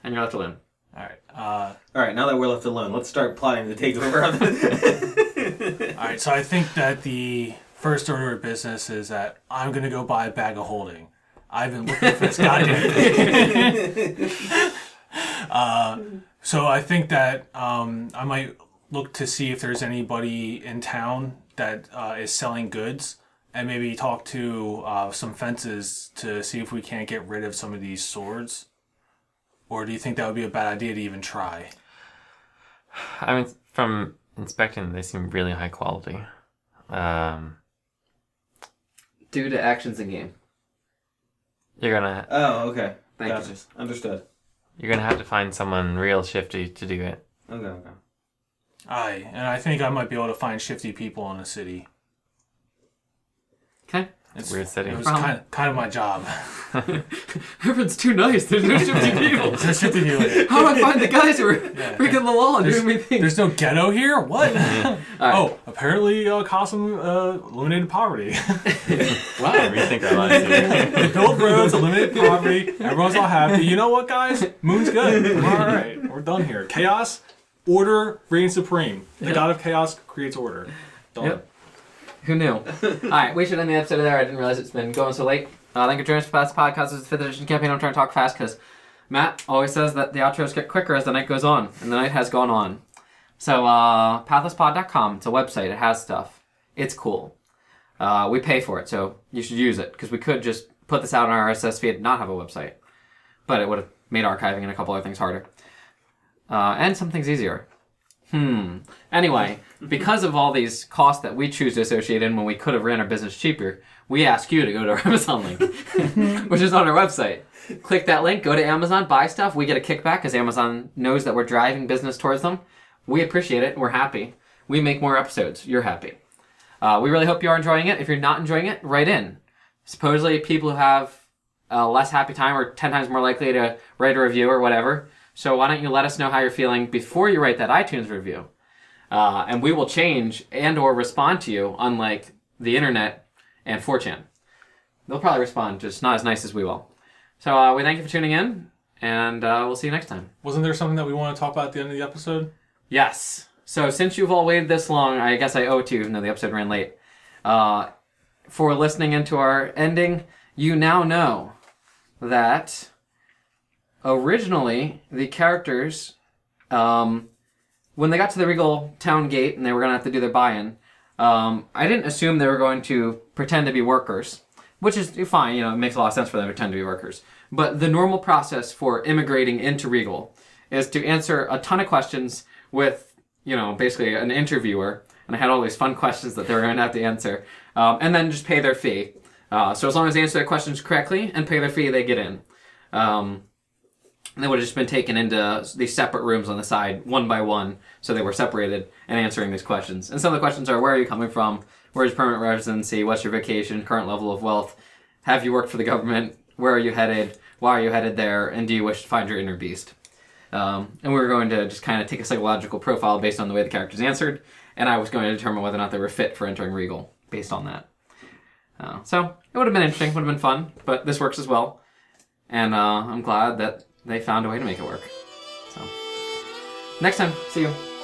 B: and you're left alone.
C: All right. Uh,
F: All right, now that we're left alone, let's start plotting to take over.
B: [laughs]
F: on-
C: all right. So I think that the first order of business is that I'm gonna go buy a bag of holding. I've been looking for this goddamn thing. [laughs] uh, so I think that um, I might look to see if there's anybody in town that uh, is selling goods, and maybe talk to uh, some fences to see if we can't get rid of some of these swords. Or do you think that would be a bad idea to even try?
D: I mean, from inspecting, they seem really high quality. Um,
B: Due to actions in game.
D: you're gonna
F: oh, okay.
B: Thank you.
F: Gotcha. Understood.
D: you're gonna have to find someone real shifty to do it.
F: Okay, okay.
C: Aye, and I think I might be able to find shifty people in the city. It's
D: Weird city.
C: It was
B: From-
C: kind of, kind of my job.
B: [laughs] Everyone's too nice. There's no shifty [laughs] people.
C: It's a shit to do with it.
B: How do I find the guys
C: [laughs]
B: who are breaking the law and
C: There's-
B: doing me things?
C: There's no ghetto
B: [laughs]
C: here. What? Oh, apparently, uh, Cosm uh, eliminated poverty. [laughs]
D: Wow, rethink our lives. here.
C: they built roads, eliminated poverty. Everyone's all happy. You know what, guys? Moon's good. We're all right. We're done here. Chaos, order reigns supreme. The god of chaos creates order. Done.
B: Yep. Who knew?
C: [laughs]
B: All right, we should end the episode there. I didn't realize it's been going so late. Uh, thank you for joining us for this podcast. This is the fifth edition campaign. I'm trying to talk fast because Matt always says that the outros get quicker as the night goes on, and the night has gone on. So, uh, pathlesspod.com. It's a website. It has stuff. It's cool. Uh, we pay for it, so you should use it because we could just put this out on our RSS feed and not have a website, but it would have made archiving and a couple other things harder, uh, and some things easier. Hmm. Anyway, because of all these costs that we choose to associate in when we could have ran our business cheaper, we ask you to go to our [laughs] Amazon link, which is on our website. Click that link, go to Amazon, buy stuff. We get a kickback because Amazon knows that we're driving business towards them. We appreciate it. We're happy. We make more episodes. You're happy. Uh, we really hope you are enjoying it. If you're not enjoying it, write in. Supposedly, people who have a less happy time are 10 times more likely to write a review or whatever. So why don't you let us know how you're feeling before you write that iTunes review? Uh, and we will change and or respond to you, unlike the internet and 4chan. They'll probably respond, just not as nice as we will. So uh, we thank you for tuning in, and uh, we'll see you next time.
C: Wasn't there something that we want to talk about at the end of the episode?
B: Yes. So since you've all waited this long, I guess I owe it to you, even though the episode ran late, uh, for listening into our ending. You now know that originally the characters, um, when they got to the Regal Town Gate and they were going to have to do their buy-in, um, I didn't assume they were going to pretend to be workers, which is fine. You know, it makes a lot of sense for them to pretend to be workers. But the normal process for immigrating into Regal is to answer a ton of questions with, you know, basically an interviewer. And I had all these fun questions that they were going to have to answer, um, and then just pay their fee. Uh, so as long as they answer their questions correctly and pay their fee, they get in. Um, and they would have just been taken into these separate rooms on the side, one by one, so they were separated and answering these questions. And some of the questions are: Where are you coming from? Where's your permanent residency? What's your vacation? Current level of wealth? Have you worked for the government? Where are you headed? Why are you headed there? And do you wish to find your inner beast? Um, and we were going to just kind of take a psychological profile based on the way the characters answered, and I was going to determine whether or not they were fit for entering Regal based on that. Uh, so it would have been interesting, would have been fun, but this works as well, and uh, I'm glad that they found a way to make it work. So next time, see you.